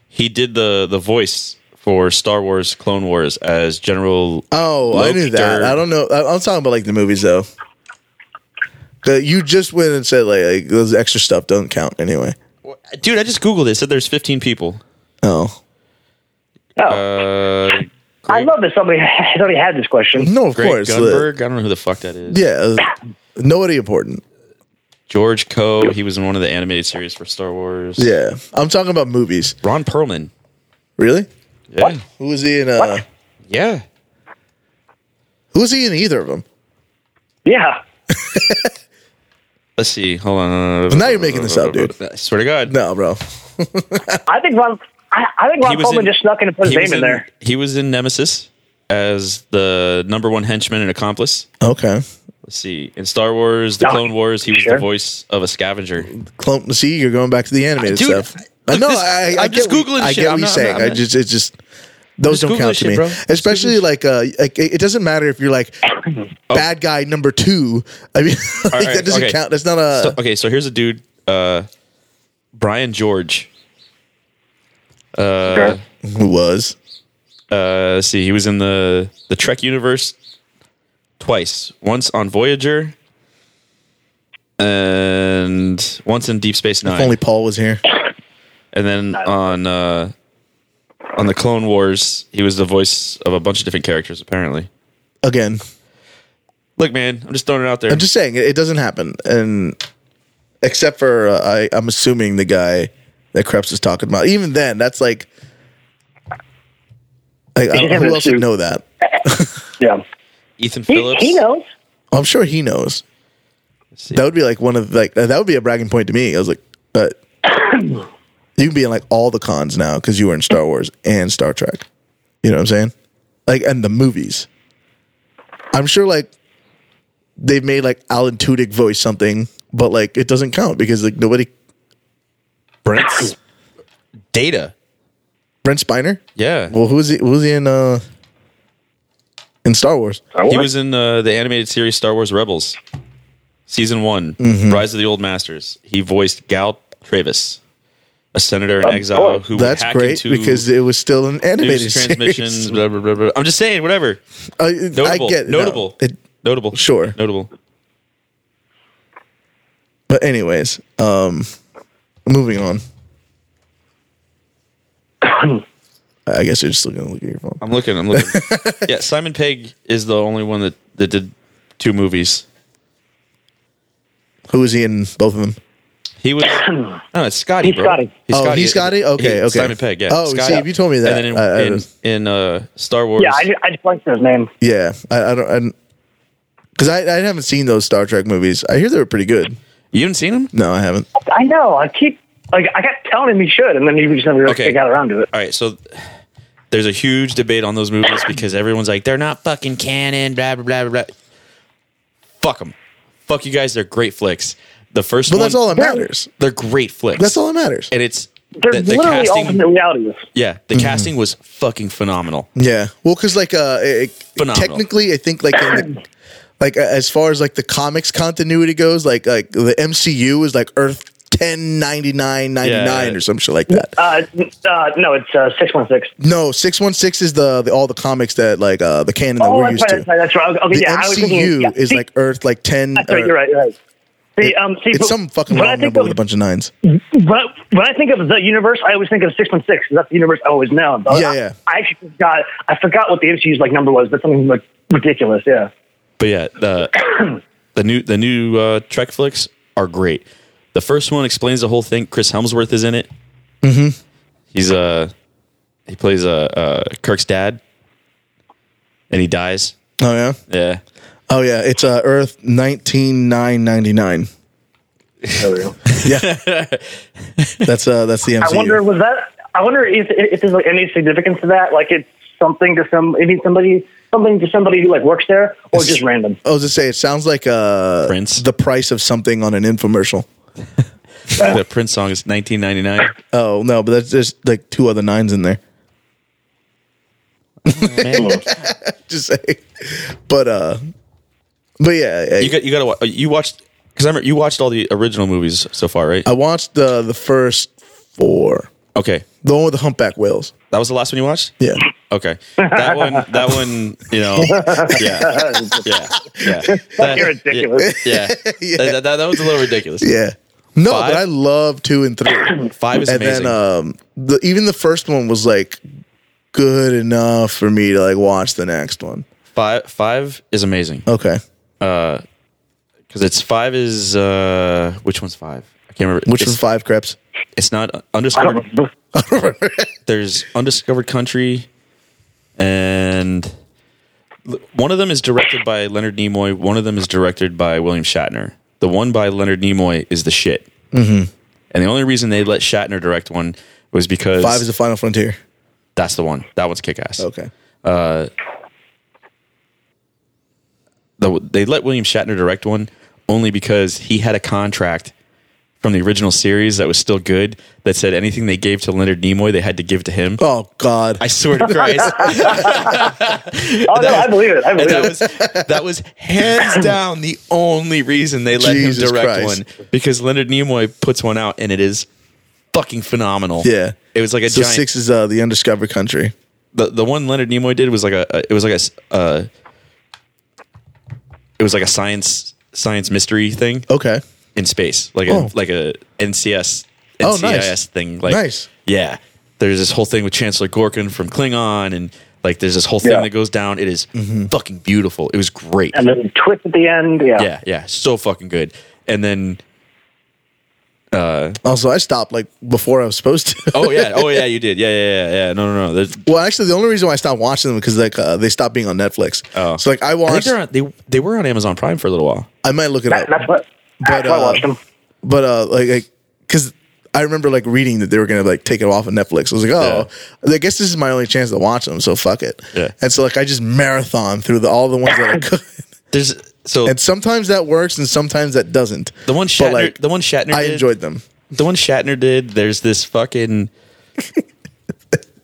S1: He did the the voice for Star Wars Clone Wars as General.
S2: oh, I
S1: Loke
S2: knew that.
S1: Durr.
S2: I don't know. I, I'm talking about like the movies though. The- you just went and said like, like those extra stuff don't count anyway.
S1: Dude, I just googled it. it said there's 15 people.
S2: Oh
S3: oh
S1: Uh,
S3: I
S1: Greg-
S3: love that somebody [LAUGHS] has already had this question.
S2: no, of
S1: Greg
S2: course. uh,
S1: Gunberg. I don't know who the fuck that is.
S2: Yeah, uh, nobody important.
S1: George Coe. He was in one of the animated series for Star Wars.
S2: Yeah, I'm talking about movies.
S1: Ron Perlman.
S2: Really?
S1: Yeah.
S2: Who was he in? Uh,
S1: Yeah.
S2: who was he in either of them?
S3: Yeah.
S1: Let's see. Hold on.
S2: Now you're making this up, dude.
S1: I swear to God.
S2: No, bro.
S3: I think Ron. I, I think Ron
S1: He was
S3: Coleman
S1: in-
S3: just snuck in and put his
S1: He
S3: name
S1: was
S3: in, there.
S1: He was in Nemesis as the number one henchman and accomplice.
S2: Okay.
S1: Let's see. In Star Wars, The
S3: Yeah.
S1: Clone Wars, he was
S3: Sure.
S1: the voice of a scavenger.
S2: Clump. See, you're going back to the animated
S1: Dude,
S2: stuff.
S1: I-
S2: I know.
S1: this-
S2: I, I
S1: I'm
S2: get
S1: just
S2: what-
S1: Googling
S2: I
S1: shit.
S2: get what
S1: I'm
S2: you're
S1: not- I'm
S2: saying.
S1: not-
S2: I just, it just those don't
S1: Googling
S2: count to
S1: shit,
S2: me.
S1: bro. Just
S2: Especially like, uh, like it it doesn't matter if
S1: [COUGHS]
S2: you're like bad guy number two. I mean, [LAUGHS] like,
S1: Oh. right,
S2: that doesn't
S1: okay.
S2: count. That's not a.
S1: So- okay, so here's a dude, uh, Brian George.
S3: Sure.
S2: who was?
S1: Uh, let's see, he was in the the Trek universe twice. Once on Voyager, and once in Deep Space Nine,
S2: If only Paul was here.
S1: and then on uh, on the Clone Wars, he was the voice of a bunch of different characters. Apparently,
S2: Again,
S1: look, man, I'm just throwing it out there.
S2: I'm just saying it, it doesn't happen, and except for uh, I, I'm assuming the guy that Krebs is talking about. Even then, that's like, like I don't, who else would know that?
S3: Yeah.
S1: Ethan
S3: He,
S1: Phillips.
S3: he knows.
S2: I'm sure he knows.
S1: see.
S2: That would be like one of like that would be a bragging point to me. I was like,
S1: [COUGHS]
S2: but you can be in like all the cons now because you were in Star Wars and Star Trek. You know what I'm saying? Like and the movies. I'm sure like they've made like Alan Tudyk voice something, but like it doesn't count because like nobody
S1: Brent's data.
S2: Brent Spiner.
S1: Yeah.
S2: Well, who's he? Who's he in? Uh, in Star Wars.
S1: He was in uh, the animated series Star Wars Rebels, season one,
S2: Mm-hmm.
S1: Rise of the Old Masters. He voiced Gal Travis, a senator in exile
S3: course.
S1: who would
S2: Oh, That's
S1: hack
S2: great
S1: into
S2: because it was still an animated [LAUGHS]
S1: news
S2: series.
S1: transmissions. Blah, blah, blah, blah. I'm just saying, whatever.
S2: I, I
S1: Notable,
S2: get it. No.
S1: notable,
S2: It-
S1: notable.
S2: Sure.
S1: notable.
S2: But anyways, um, moving
S1: [COUGHS]
S2: on. I guess you're just looking look at your phone.
S1: I'm looking. I'm
S2: [LAUGHS]
S1: looking. yeah, Simon Pegg is the only one that, that did two movies.
S2: Who is he in both of them?
S1: He
S3: [COUGHS]
S1: was no, it's Scotty.
S3: He's
S1: bro.
S3: Scotty.
S2: Oh, he's Scotty? Okay, okay.
S1: Simon Pegg. Yeah.
S2: Oh, see, if you told me that,
S1: and then in,
S2: I- I
S1: in,
S2: was-
S1: in, uh, Star Wars,
S3: Yeah, I, ju- I just like his name.
S2: Yeah, I, I don't, because I, I, haven't seen those Star Trek movies. I hear they were pretty good.
S1: you haven't seen him.
S2: No, I haven't.
S3: I know. I keep like I kept telling him he should, and then he just never
S1: Okay.
S3: okay. got around to it.
S1: All right, so there's a huge debate on those movies because everyone's like, they're not fucking canon, blah, blah, blah, blah, blah. Fuck them. Fuck you guys. They're great flicks. The first
S2: But
S1: one,
S2: that's all that matters.
S1: they're great flicks.
S2: That's all that matters.
S1: And it's
S3: They're
S1: the, the
S3: literally
S1: casting.
S3: alternate realities.
S1: Yeah, the
S2: Mm-hmm.
S1: casting was fucking phenomenal.
S2: Yeah. Well, because like uh, it, it-
S1: Phenomenal.
S2: technically, I think like
S1: [COUGHS]
S2: in the, like uh, as far as like the comics continuity goes, like like the MCU is like Earth ten ninety nine ninety nine
S1: Yeah.
S2: or some shit like that.
S3: Uh, n- uh, no, it's uh, six one six.
S2: No, six one six is the, the all the comics that like uh, the canon that
S3: Oh,
S2: we're
S3: that's
S2: used to.
S3: right, that's right. That's right. Okay,
S2: The
S3: yeah, I was thinking,
S2: MCU
S3: yeah,
S2: is
S3: see,
S2: like Earth like ten.
S3: That's right.
S2: or-
S3: You're right. You're right. See, um, see,
S2: It's
S3: but-
S2: some fucking
S3: when I
S2: long
S3: think
S2: number
S3: of-
S2: with a bunch of nines.
S3: But when I think of the universe, I always think of six one six. That's the universe I always know. But
S2: Yeah,
S3: I,
S2: yeah.
S3: I actually forgot. I forgot what the MCU's like number was. That's something like ridiculous.
S2: [LAUGHS]
S3: Yeah.
S1: But yeah, the the new the new uh, Trek flicks are great. The first one explains the whole thing. Chris Helmsworth is in it. Mm-hmm. He's uh he plays uh, uh Kirk's dad, and he dies.
S2: Oh yeah,
S1: Yeah,
S2: oh yeah. It's uh, Earth nineteen nine ninety nine.
S3: There we go.
S2: Yeah, that's uh that's the MCU.
S3: [LAUGHS] I wonder was that. I wonder if, if there's like any significance to that. Like it's something to some. I mean, somebody something to somebody who like works there, or
S2: [LAUGHS]
S3: just random.
S2: I was just say it sounds like uh
S1: Prince. [LAUGHS]
S2: the price of something on an infomercial.
S1: the Prince song is 1999.
S2: Oh no, but that's just like two other nines in there. [LAUGHS] Just say, but uh, but yeah, yeah.
S1: You got you got to watch. You watched because I remember you watched all the original movies so far, right?
S2: I watched the the first four,
S1: Okay,
S2: the one with the humpback whales.
S1: that was the last one you watched.
S2: Yeah,
S1: Okay, that one, that one, you
S2: [LAUGHS]
S1: know, yeah, yeah, yeah. That,
S3: You're
S2: [LAUGHS]
S3: ridiculous.
S1: Yeah, yeah.
S2: Yeah.
S1: That, that, that was a little ridiculous.
S2: yeah. No,
S1: Five?
S2: but I love two and three.
S1: Five is
S2: and
S1: amazing.
S2: then um the, even the first one was like good enough for me to like watch the next one
S1: five, five is amazing
S2: okay
S1: because it's five is uh, which one's five? I can't remember.
S2: which
S1: it's,
S2: was five creps
S1: It's not
S3: I don't
S1: undiscovered.
S3: know.
S2: [LAUGHS]
S1: There's undiscovered country, and l- one of them is directed by Leonard Nimoy. One of them is directed by William Shatner. The one by Leonard Nimoy is the shit. Mm-hmm. And the only reason they let Shatner direct one was because
S2: five is the final frontier
S1: that's the one. That one's kick ass.
S2: okay
S1: the, they let William Shatner direct one only because he had a contract from the original series that was still good that said anything they gave to Leonard Nimoy they had to give to him.
S2: oh god
S1: I swear to
S2: [LAUGHS]
S1: Christ,
S3: Oh no, I believe it. I
S1: and
S3: believe
S1: that
S3: it.
S1: was that was
S2: [CLEARS THROAT]
S1: hands down the only reason they let
S2: Jesus
S1: him direct
S2: Christ.
S1: one because Leonard Nimoy puts one out and it is fucking phenomenal.
S2: Yeah.
S1: it was like a
S2: so
S1: giant.
S2: six is uh the undiscovered country
S1: the the one Leonard Nimoy did was like a, a- it was like a s- uh, it was like a science science mystery thing.
S2: okay
S1: in space, like a
S2: Oh.
S1: like a NCS NCIS
S2: Oh, nice.
S1: thing. Like,
S2: Nice.
S1: Yeah, there's this whole thing with Chancellor Gorkin from Klingon, and like there's this whole thing
S3: Yeah.
S1: that goes down. It is
S2: Mm-hmm.
S1: fucking beautiful. It was great.
S3: And then twist at the end. Yeah.
S1: yeah, yeah, so fucking good. And then
S2: also i stopped like before i was
S1: [LAUGHS]
S2: supposed to [LAUGHS]
S1: oh yeah, oh yeah, you did. Yeah, yeah, yeah. yeah. No, no, no. There's,
S2: well actually the only reason why i stopped watching them because like uh, they stopped being on netflix
S1: Oh.
S2: so like i
S1: I think
S2: watched
S1: they're
S2: i,
S1: on, they they were on Amazon Prime for a little while.
S2: might look it
S3: That,
S2: up
S3: that's what.
S2: But,
S3: that's why I
S2: uh,
S3: watched them.
S2: but uh like like because i remember like reading that they were gonna like take it off of netflix i was like oh i guess this is my only chance to watch them so fuck it
S1: Yeah.
S2: and so like i just marathon through the, all the ones
S1: [LAUGHS]
S2: that i could
S1: There's so
S2: and sometimes that works and sometimes that doesn't
S1: the one
S2: but,
S1: Shatner,
S2: like,
S1: the one Shatner,
S2: i
S1: did-
S2: enjoyed them
S1: the one Shatner did. There's this fucking.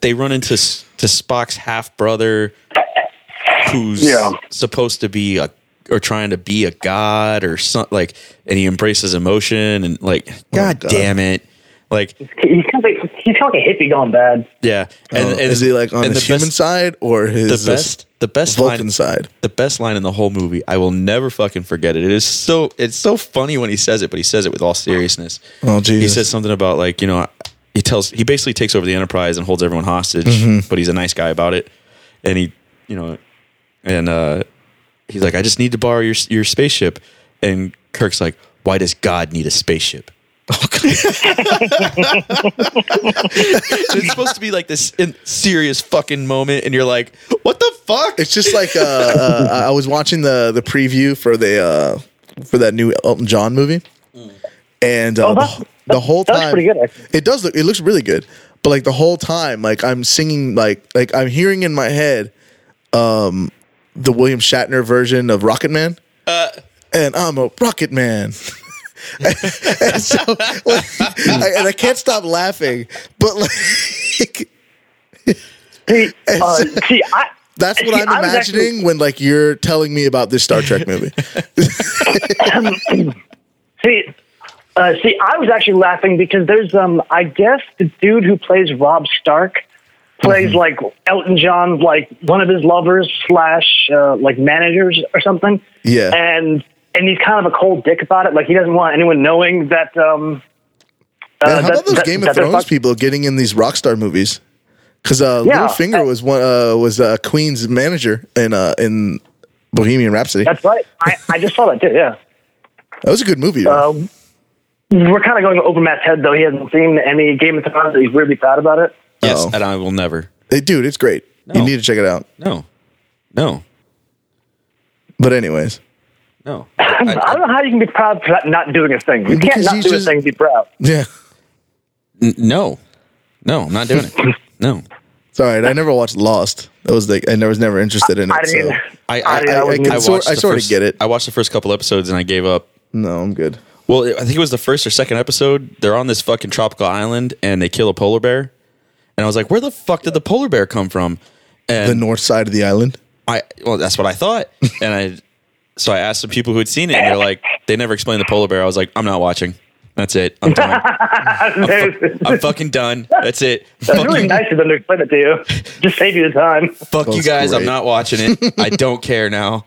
S1: they run into S- to Spock's half brother, who's
S3: Yeah.
S1: supposed to be a or trying to be a god or something like, and he embraces emotion and like, god,
S2: God.
S1: damn it, like
S3: He's kind of like, he's kind of like a hippie gone bad.
S1: yeah.
S2: and, Uh, Oh, is he like on
S1: and
S2: his human
S1: best,
S2: side or
S1: The
S2: his
S1: best, the best
S2: Vulcan
S1: line,
S2: side?
S1: the best line in the whole movie. I will never fucking forget it. It is so it's so funny when he says it, but he says it with all seriousness.
S2: Oh, Jesus.
S1: He says something about like you know he tells he basically takes over the Enterprise and holds everyone hostage,
S2: Mm-hmm.
S1: but he's a nice guy about it, and he you know and uh, he's like I just need to borrow your your spaceship, and Kirk's like Why does God need a spaceship? it's supposed to be like this in- serious fucking moment, and you're like, "What the fuck?"
S2: It's just like uh, uh, I was watching the the preview for the uh, for that new Elton John movie, and uh,
S3: Oh,
S2: the,
S3: that-
S2: wh- the whole
S3: that
S2: time
S3: looks pretty good, actually.
S2: It does look it looks really good, but like the whole time, like I'm singing like like I'm hearing in my head, um, the William Shatner version of Rocket Man, and I'm a Rocket Man. [LAUGHS] and so, like, I, and I can't stop laughing, but like [LAUGHS]
S3: See, uh, see, I.
S2: That's
S3: [LAUGHS]
S2: what
S3: see,
S2: I'm
S3: I was
S2: imagining when like you're
S3: [LAUGHS]
S2: telling me about this Star Trek movie.
S3: Actually, see, Uh, see, I was actually laughing because there's um, I guess the dude who plays Rob Stark plays
S2: Mm-hmm.
S3: like Elton John, like one of his lovers slash uh, like managers or something.
S2: Yeah.
S3: and and he's kind of a cold dick about it. Like he doesn't want anyone knowing that. Um, uh,
S2: Man, how about
S3: that-
S2: those
S3: that-
S2: Game
S3: that
S2: of
S3: they're
S2: Thrones
S3: fuck-
S2: people getting in these rock star movies? Because uh,
S3: Yeah.
S2: Littlefinger was one uh, was uh, Queen's manager in uh, in Bohemian Rhapsody.
S3: That's right. I, I just saw that too. Yeah.
S2: That was a good movie. though.
S3: Um, we're kind of going over Matt's head though. He hasn't seen any Game of Thrones. He's really proud about it.
S1: Yes,
S2: Oh.
S1: and I will never.
S2: Hey, dude, it's great.
S1: No.
S2: You need to check it out.
S1: No, no,
S2: But anyways, [LAUGHS]
S1: no.
S3: I, don't know how you can be proud for not- not doing a thing. You can't
S2: Because
S3: not
S2: he's
S3: do
S2: just-
S3: a thing and be proud.
S2: yeah,
S1: N- no, no, I'm not doing it. No,
S2: it's all right. I never watched Lost. That was like I never was never interested in it.
S3: I didn't.
S2: so-
S1: I,
S3: I- I wouldn't-
S1: I
S2: I sort-
S1: watched
S2: I
S1: the
S2: sorta
S1: first-
S2: get it.
S1: I watched the first couple episodes and I gave up.
S2: No, I'm good.
S1: Well, it- I think it was the first or second episode. They're on this fucking tropical island and they kill a polar bear. And I was like, where the fuck did the polar bear come from? And
S2: The north side of the island.
S1: I well, that's what I
S2: [LAUGHS]
S1: thought. And I so I asked some people who had seen it, and they're like, they never explained the polar bear. I was like, I'm not watching. That's it. I'm
S2: [LAUGHS]
S1: done.
S3: [LAUGHS]
S1: I'm fucking done. That's it.
S3: That's
S1: fuck
S3: really
S1: you,
S3: nice of them to explain it to you. Just save you the time.
S1: fuck you
S2: That's
S1: guys. I'm
S2: great.
S1: not watching it. I don't care
S2: [LAUGHS]
S1: now.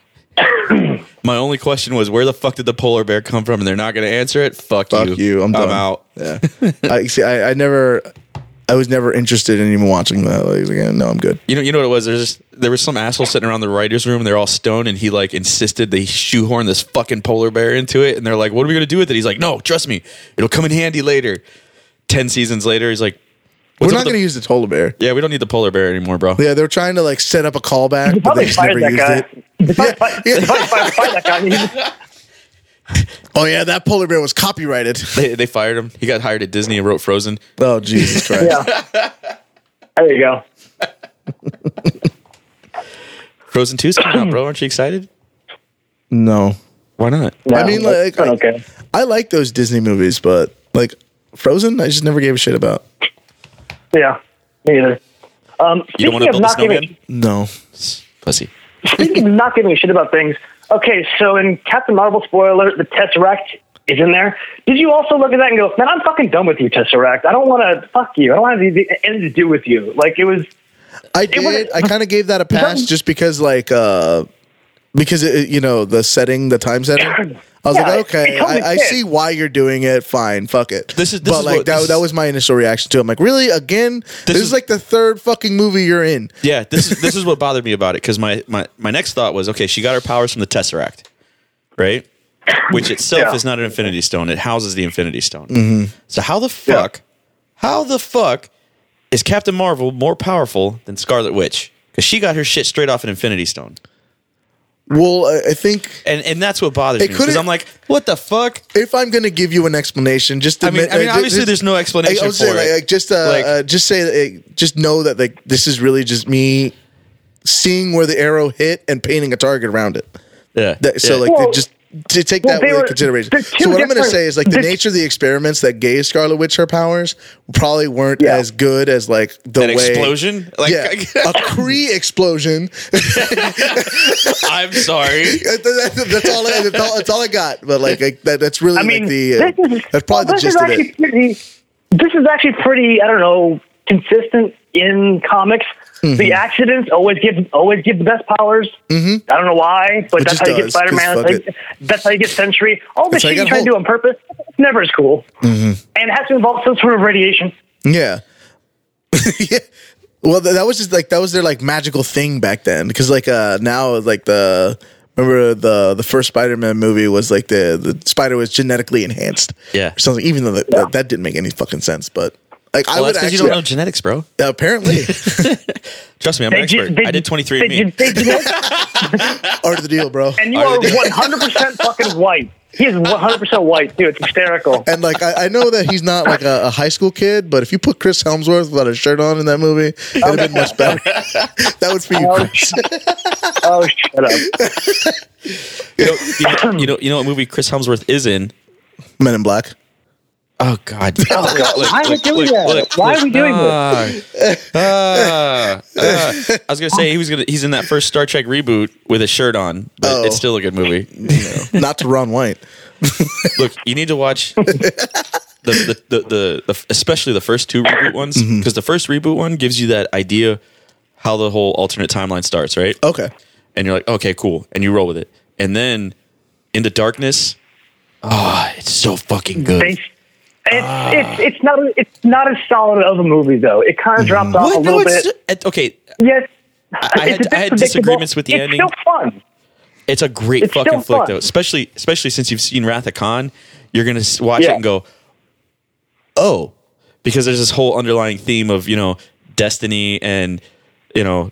S1: My only question was, where the fuck did the polar bear come from? And they're not going to answer it. Fuck,
S2: Fuck you. I'm done.
S1: out. [LAUGHS]
S2: Yeah. I see. I, I never. I was never interested in even watching that. Like, again, no, I'm good.
S1: You know, you know what it was. There's just, there was some asshole sitting around the writers' room. They're all stoned, and he like insisted they shoehorn this fucking polar bear into it. And they're like, "What are we gonna do with it?" He's like, "No, trust me, it'll come in handy later." Ten seasons later, he's like,
S2: We're
S1: "What's
S2: not
S1: up with
S2: going to
S1: the-
S2: use the polar bear.
S1: Yeah, we don't need the polar bear anymore, bro.
S2: Yeah, they were trying to like set up a callback, but they
S3: Probably
S2: just
S3: fired
S2: never
S3: that
S2: used
S3: guy.
S2: it.
S3: They probably fi- they probably fi- fired that guy. He-
S2: Oh yeah, that polar bear was copyrighted. [LAUGHS]
S1: They, they fired him. He got hired at Disney and wrote Frozen.
S2: Oh Jesus Christ!
S3: Yeah. There you go.
S1: Frozen two's coming out, bro. Aren't you excited?
S2: No,
S1: Why not?
S2: I mean, like,
S3: that's not okay.
S2: I like those Disney movies, but like Frozen, I just never gave a shit about.
S3: Yeah, me either. Um,
S1: You don't want to
S3: speaking of
S1: build a
S3: not
S1: snowman,
S3: giving,
S2: No,
S1: pussy.
S3: speaking of not giving a shit about things. Okay, so in Captain Marvel spoiler, the Tesseract is in there. Did you also look at that and go, man, I'm fucking done with you, Tesseract. I don't want to fuck you. I don't want to be anything to do with you. Like it was.
S2: I did.
S3: was-
S2: I kind of gave that a pass just because, like, uh because it, it- you know the setting, the time setting. I was
S3: Yeah,
S2: like,
S3: it-
S2: okay,
S3: it totally
S2: I, I
S3: fits.
S2: see why you're doing it. Fine, fuck it.
S1: This is- this
S2: but
S1: is
S2: like
S1: what-
S2: that.
S1: this
S2: that
S1: is-
S2: was my initial reaction to. it. I'm like, really again? This, is,
S1: is-
S2: like the third fucking movie you're in.
S1: Yeah, this is this is what bothered me about it because my, my my next thought was okay, she got her powers from the Tesseract, right? Which itself
S3: Yeah.
S1: is not an Infinity Stone; it houses the Infinity Stone.
S2: Mm-hmm.
S1: So how the fuck, how the fuck is Captain Marvel more powerful than Scarlet Witch? Because she got her shit straight off an Infinity Stone,
S2: Well, I, I think
S1: and and that's what bothers
S2: It
S1: me because
S2: couldn't-
S1: I'm like, what the fuck?
S2: if I'm gonna give you an explanation, just
S1: I mean,
S2: admit-
S1: I mean,
S2: uh,
S1: obviously
S2: just-
S1: there's no explanation
S2: I
S1: for
S2: was saying,
S1: it.
S2: Like, like, just uh,
S1: Like-
S2: uh, just say, like, just know that like this is really just me seeing where the arrow hit and painting a target around it.
S1: yeah,
S2: That, so
S1: yeah.
S2: like
S3: Well-
S2: they just to take
S3: well,
S2: that
S3: they
S2: into
S3: were-
S2: consideration.
S3: they're two
S2: So what I'm going to
S3: different-
S2: say is like the
S3: they're-
S2: nature of the experiments that gave Scarlet Witch her powers probably weren't
S3: Yeah.
S2: as good as like the
S1: An
S2: way
S1: explosion? Like-
S2: Like
S1: [LAUGHS]
S2: yeah, a Cree [LAUGHS] explosion.
S1: I'm sorry.
S2: that's, that's all. I, that's all. That's all I got. But like, like that, that's really
S3: I mean,
S2: like the. Uh,
S3: this is
S2: that's probably
S3: well,
S2: the
S3: this
S2: gist
S3: is
S2: of it.
S3: actually pretty. This is actually pretty. I don't know, consistent in comics.
S2: Mm-hmm.
S3: The accidents always give always give the best powers. Mm-hmm. I don't know why, but
S2: It
S3: that's
S2: just
S3: how you get
S2: does, 'cause
S3: Spider Man.
S2: fuck
S3: That's, how
S2: it.
S3: you- that's how you get Sentry. All the
S2: That's how
S3: shit
S2: you
S3: you
S2: get
S3: try to do on
S2: Hulk. Mm-hmm.
S3: purpose it's never is cool, and it has to involve some sort of radiation.
S2: Yeah. [LAUGHS] yeah. Well, th- that was just like that was their like magical thing back then because like uh now like the remember the the first Spider-Man movie was like the the spider was genetically enhanced.
S1: Yeah.
S2: Or something even though that that, that didn't make any fucking sense, but like [LAUGHS] I
S1: Well,
S2: would
S1: that's because you don't
S2: actually
S1: know genetics, bro. [LAUGHS]
S2: apparently
S1: Trust me, I'm an
S3: They ge-
S1: expert.
S3: they-
S1: I did 23
S3: they
S1: and
S3: ge-
S1: me.
S3: they
S1: [LAUGHS]
S3: genetic-
S2: art of the deal, bro.
S3: and you
S1: Are
S3: are
S1: they-
S3: one hundred percent fucking white. He is one hundred percent white too. It's
S2: [LAUGHS]
S3: hysterical.
S2: And like I, I know that he's not like a, a high school kid, but if you put Chris Helmsworth without a shirt on in that movie, it'd have been much
S1: [LAUGHS]
S2: better. that would be
S3: Oh, sh-
S2: [LAUGHS]
S3: oh, shut
S1: You know, you know,
S3: up.
S1: you know, you know what movie Chris Helmsworth is in?
S2: Men in Black.
S1: Oh God!
S3: [LAUGHS] Why are we doing that? Why are we doing this?
S1: Ah, ah. I was gonna say he was gonna. He's in that first Star Trek reboot with a shirt on, but
S2: Oh.
S1: it's still a good movie.
S2: Not to Ron White.
S1: Look, you need to
S3: [LAUGHS]
S1: watch the the the, the, the especially the first two reboot ones because
S3: Mm-hmm.
S1: the first reboot one gives you that idea how the whole alternate timeline starts, right?
S2: Okay.
S1: and you're like, okay, cool, and you roll with it. And then into darkness, ah, it's so fucking
S3: They,
S1: good.
S3: it's, it's it's not a- it's not as solid of a movie though. It kind of dropped off a
S1: What?
S3: little
S1: No,
S3: bit.
S1: it's it- okay.
S3: yes,
S1: I had-
S3: it's a bit
S1: I had
S3: predictable.
S1: disagreements with the
S3: it's
S1: ending.
S3: Still fun.
S1: It's a great
S3: It's
S1: fucking
S3: still
S1: flick,
S3: fun.
S1: though. Especially, especially since you've seen Wrath of Khan, you're gonna s- watch it
S3: Yeah.
S1: and go, oh, because there's this whole underlying theme of you know destiny and you know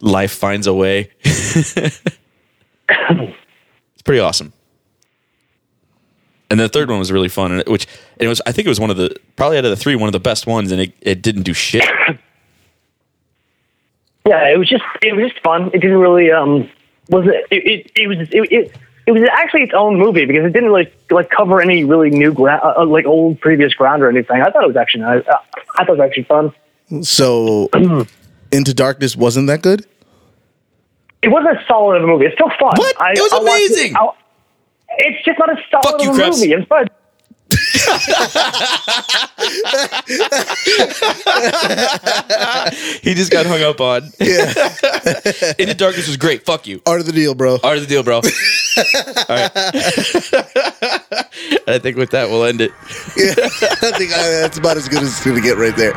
S1: life finds a way. [LAUGHS] it's pretty awesome. And the third one was really fun, and it, which and it was I think it was one of the probably out of the three one of the best ones, and it, it didn't do shit. [LAUGHS]
S3: Yeah, it was just it was just fun. It didn't really um was it it, it, it was it, it it was actually its own movie because it didn't really like cover any really new ground uh, uh, like old previous ground or anything. I thought it was actually nice. Uh, I thought it was actually fun.
S2: So Into Darkness wasn't that good?
S3: It wasn't as solid of a movie. It's still fun.
S1: What? It was
S3: watched
S1: amazing.
S3: I- it's just not as solid
S1: Fuck you,
S3: of a
S1: Krebs.
S3: movie. It's fun.
S1: He just got hung up on. [LAUGHS] Yeah. In the darkness was great. Fuck you.
S2: Art of the deal, bro. [LAUGHS]
S1: Part of the deal, bro. All right. [LAUGHS] and I think with that, we'll end it.
S2: I think uh, that's about as good as it's going to get right there.